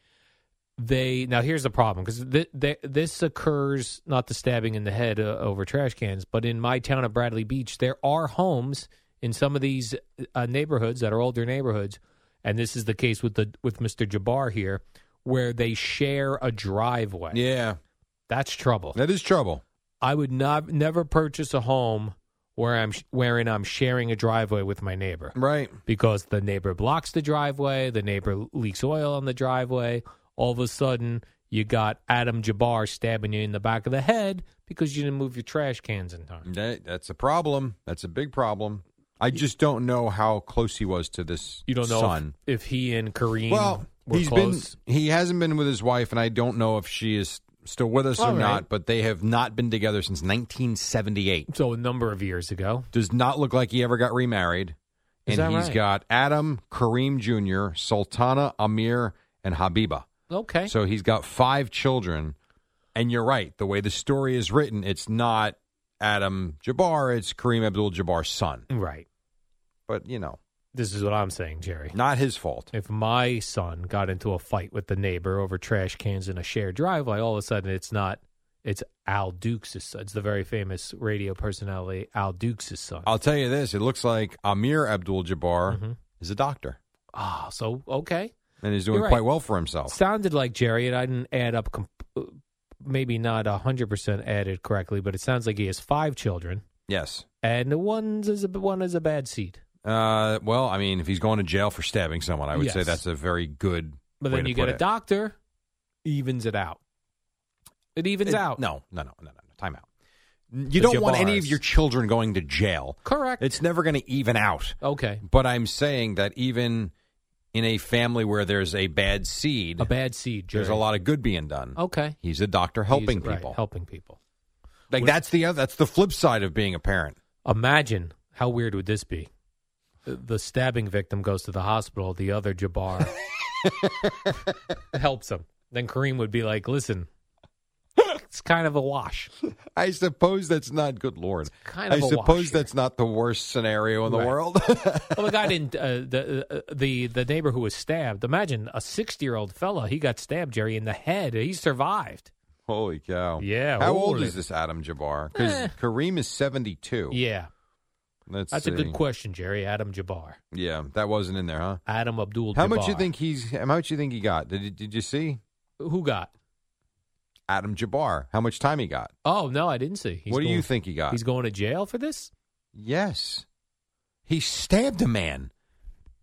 They now here's the problem because th- th- this occurs not the stabbing in the head uh, over trash cans, but in my town of Bradley Beach, there are homes in some of these uh, neighborhoods that are older neighborhoods, and this is the case with the with Mister Jabbar here, where they share a driveway.
Yeah.
That's trouble.
That is trouble.
I would not never purchase a home where I'm wherein I'm sharing a driveway with my neighbor.
Right.
Because the neighbor blocks the driveway, the neighbor leaks oil on the driveway. All of a sudden, you got Adam Jabbar stabbing you in the back of the head because you didn't move your trash cans in time.
That, that's a problem. That's a big problem. I just don't know how close he was to this
You don't know
son.
If, if he and Kareem
Well,
were
he's
close.
been he hasn't been with his wife, and I don't know if she is still with us
All
or
right.
not. But they have not been together since 1978.
so a number of years ago.
Does not look like he ever got remarried.
Is
and
that
he's
right?
got Adam, Kareem Jr., Sultana, Amir, and Habiba.
Okay.
So he's got five children. And you're right. The way the story is written, it's not Adam Jabbar, it's Kareem Abdul Jabbar's son.
right.
But, you know,
This is what I'm saying, Jerry.
not his fault.
If my son got into a fight with the neighbor over trash cans in a shared driveway, all of a sudden it's not it's Al Dukes' son. It's the very famous radio personality Al Dukes' son.
I'll tell you this it looks like Amir Abdul Jabbar
Mhm.
is a doctor
Ah, so okay.
and he's
You're
doing
right.
quite well for himself.
Sounded like Jerry, and I didn't add up. Comp- uh, maybe not hundred percent added correctly, but it sounds like he has five children,
yes.
and the one's is a, one is a bad seed.
Uh, well, I mean, if he's going to jail for stabbing someone, I would say
Yes.
that's a very good.
But
way
then
to
you get
put
a
it.
doctor, evens it out. It evens
It-
out.
No, no, no, no, no. no. Time out. You
The
don't want any of
Jabbars.
your children going to jail.
correct.
It's never going to even out.
okay.
But I'm saying that even in a family where there's a bad seed,
A bad seed. Jerry.
there's a lot of good being done.
Okay.
He's a doctor helping
He's- right,
people.
helping people.
Like
Would-
that's the other, that's the flip side of being a parent.
Imagine how weird would this be? The- The stabbing victim goes to the hospital. The other Jabbar helps him. Then Kareem would be like, "Listen, it's kind of a wash.
I suppose that's not good, Lord.
kind of
I
a wash
suppose
here.
that's not the worst scenario in the
Right.
world.
Well, the guy didn't. Uh, the uh, the the neighbor who was stabbed. Imagine a sixty year old fella. He got stabbed, Jerry, in the head. He survived.
Holy cow!
Yeah,
How old
holy.
is this Adam Jabbar? Because
Eh.
Kareem is seventy-two.
Yeah,
Let's
that's a
see.
good question, Jerry. Adam Jabbar,
Yeah, that wasn't in there, huh?
Adam Abdul.
How much you
Jabbar.
think he's? How much you think he got? Did did you see
Who got?
Adam Jabbar? How much time he got?
Oh no, I didn't see. He's
what do you
going-
think he got?
He's going to jail for this.
yes, he stabbed a man.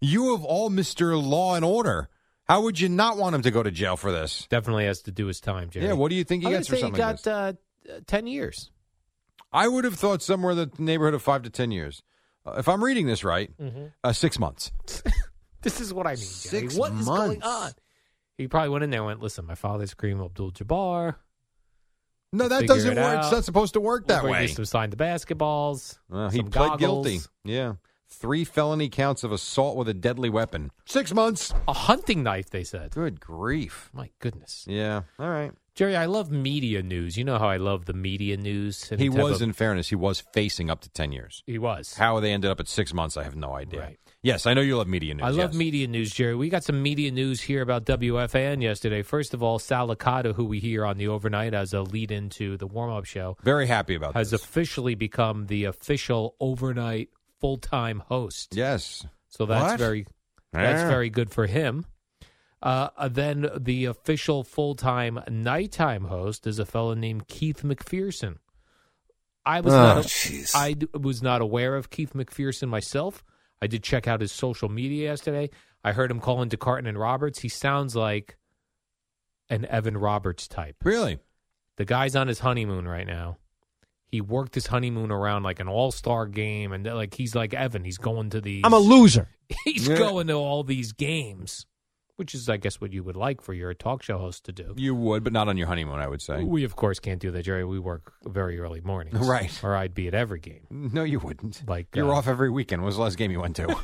You of all, Mister Law and Order. How would you not want him to go to jail for this?
Definitely has to do his time, Jerry.
Yeah, what do you think he
I'm gonna
gets for
say He
something? like
got
this?
uh, uh, ten years.
I would have thought somewhere in the neighborhood of five to ten years. Uh, if I'm reading this right,
Mm-hmm.
uh, six months.
This is what I mean. Jerry.
Six
What is going
months.
on? He probably went in there and went, "Listen, my father's Kareem Abdul-Jabbar.
No, that
Figure
doesn't
it
work.
out.
It's not supposed to work
We'll
that
bring you
way.
Some signed basketballs.
Well, he
some
pled
goggles.
guilty. Yeah. Three felony counts of assault with a deadly weapon. Six months.
A hunting knife. They said.
Good grief.
My goodness.
Yeah. All right.
Jerry, I love media news. You know how I love the media news. any
He
type
was,
of-
in fairness, he was facing up to 10 years.
He was.
How they ended up at six months, I have no idea. Yes, I know you love media news.
I love
yes.
media news, Jerry. We got some media news here about WFAN yesterday. First of all, Sal Licata, who we hear on the overnight as a lead into the warm up show,
Very happy about
has officially become the official overnight full time host.
Yes.
So that's
What?
very that's
Yeah.
very good for him. Uh, uh, then the official full time nighttime host is a fellow named Keith McPherson. I was
Oh,
not a,
jeez.
I d- was not aware of Keith McPherson myself. I did check out his social media yesterday. I heard him calling DeCarton and Roberts. He sounds like an Evan Roberts type.
Really?
The guy's on his honeymoon right now. He worked his honeymoon around like an all star game, and they're like he's like Evan. He's going to the.
I'm a loser.
He's going to all these games, which is, I guess, what you would like for your talk show host to do.
You would, but not on your honeymoon, I would say.
We, of course, can't do that, Jerry. We work very early mornings.
Right.
Or I'd be at every game.
No, you wouldn't.
Like
You were
uh,
off every weekend. When was the last game you went to?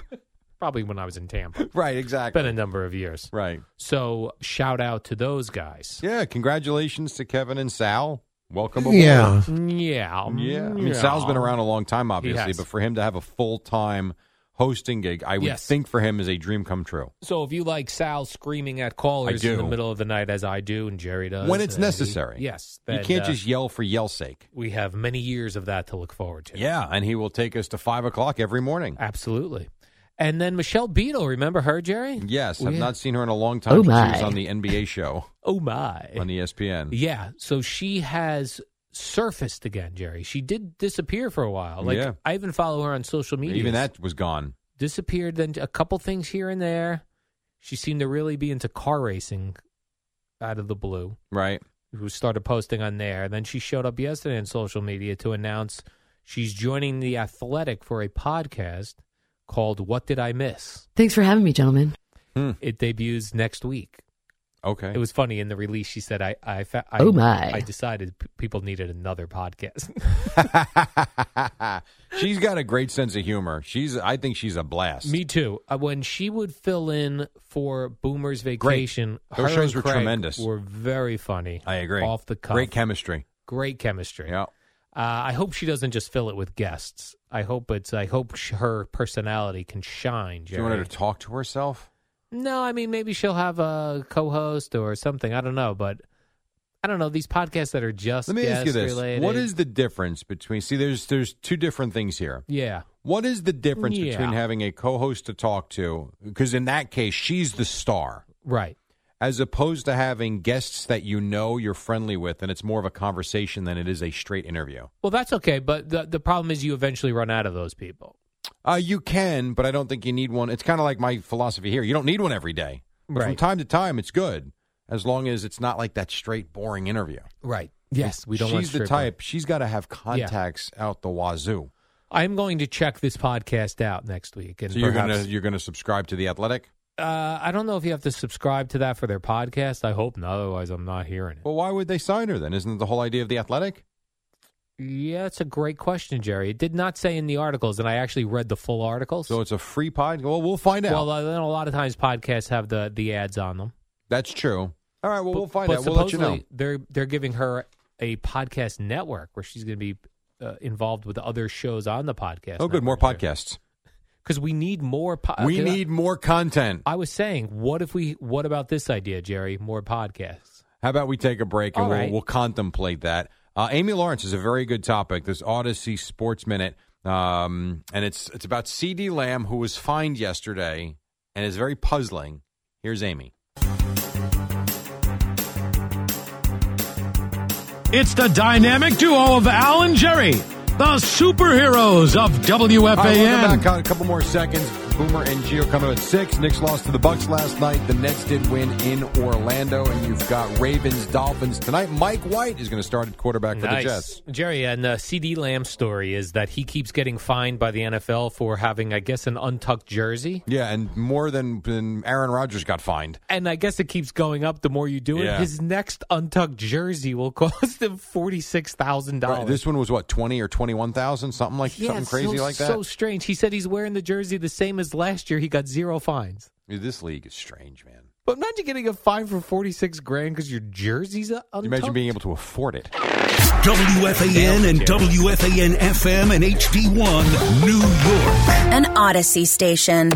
probably when I was in Tampa.
right, exactly.
Been a number of years.
Right.
So shout out to those guys.
Yeah, congratulations to Kevin and Sal. Welcome aboard.
Yeah. Yeah.
Yeah. I mean, Sal's been around a long time, obviously,
has.
but for him to have a full time hosting gig, I would
Yes.
think for him is a dream come true.
So if you like Sal screaming at callers
I
in the
do.
middle of the night, as I do, and Jerry does,
when it's
and he-
necessary.
yes,
you
then,
can't
uh,
just yell for yell's sake.
We have many years of that to look forward to.
Yeah, and he will take us to five o'clock every morning.
Absolutely. And then Michelle Beadle, remember her, Jerry?
Yes,
Oh,
I've
yeah.
not seen her in a long time.
Oh,
since She was
my.
on the NBA show
Oh my.
on E ESPN.
Yeah. So she has surfaced again, Jerry. She did disappear for a while. Like
Yeah.
I even follow her on social media.
Even that was gone.
disappeared. Then a couple things here and there. She seemed to really be into car racing out of the blue.
Right.
Who started posting on there. Then she showed up yesterday on social media to announce she's joining the Athletic for a podcast called "What Did I Miss."
Thanks for having me, gentlemen.
It debuts next week.
Okay.
It was funny in the release. She said, "I, I, fa- I
Oh, my.
I decided p- people needed another podcast."
she's got a great sense of humor. She's I think she's a blast.
Me too. Uh, when she would fill in for Boomer's Vacation,
Those
her
shows
and
were
Craig
tremendous.
Were very funny.
I agree.
Off the cuff,
Great chemistry.
Great chemistry.
Yeah.
Uh, I hope she doesn't just fill it with guests. I hope it's. I hope sh- her personality can shine.
Do you want her
Jerry.
to talk to herself?
No, I mean maybe she'll have a co-host or something. I don't know, but I don't know these podcasts that are just
Let me ask you
guest
this.
related.
What is the difference between see there's there's two different things here.
Yeah.
What is the difference
Yeah.
between having a co-host to talk to because in that case she's the star
Right.
as opposed to having guests that you know you're friendly with and it's more of a conversation than it is a straight interview.
Well, that's okay, but the the problem is you eventually run out of those people.
Uh, you can, but I don't think you need one. It's kind of like my philosophy here. You don't need one every day. But From
Right.
time to time, it's good as long as it's not like that straight, boring interview.
Right. Yes, we don't
She's
want
the
stripper.
type. She's got to have contacts out the wazoo.
I'm going to check this podcast out next week, and
So you're
perhaps-
gonna you're gonna subscribe to the Athletic.
uh, I don't know if you have to subscribe to that for their podcast. I hope not, otherwise I'm not hearing it.
Well, why would they sign her then? Isn't it the whole idea of the Athletic?
Yeah, it's a great question, Jerry. It did not say in the articles, and I actually read the full articles.
So it's a free pod. Well, we'll find out.
Well, uh, then a lot of times podcasts have the the ads on them.
That's true. All right. Well, we'll find
but
out. We'll let you know.
supposedly They're they're giving her a podcast network where she's going to be uh, involved with other shows on the podcast.
Oh, good. More podcasts.
because we need more. Po-
We
'cause Uh, I-
need more content.
I was saying, what if we? What about this idea, Jerry? More podcasts.
How about we take a break and
All
we'll,
right.
we'll contemplate that. Uh, Amy Lawrence is a very good topic. This Odyssey Sports Minute, um, and it's it's about C.D. Lamb, who was fined yesterday, and is very puzzling. Here's Amy.
It's the dynamic duo of Al and Jerry, the superheroes of
All right, welcome
WFAN.
back. A couple more seconds. Boomer and Gio coming up at six. Knicks lost to the Bucks last night. The Nets did win in Orlando, and you've got Ravens Dolphins tonight. Mike White is going to start at quarterback for the Jets.
Jerry. And uh, CD Lamb's story is that he keeps getting fined by the NFL for having, I guess, an untucked jersey.
Yeah, and more than, than Aaron Rodgers got fined.
And I guess it keeps going up the more you do it.
Yeah.
His next untucked jersey will cost him forty six thousand
Right,
dollars.
this one was what twenty or twenty one thousand, something like
Yeah,
something crazy
so,
like that.
So strange. He said he's wearing the jersey the same as last year. He got zero fines.
Dude, This league is strange, man.
But imagine getting a fine for forty six grand because your jersey's up.
Imagine being able to afford it.
WFAN and WFAN FM and HD1 New York.
An Odyssey station.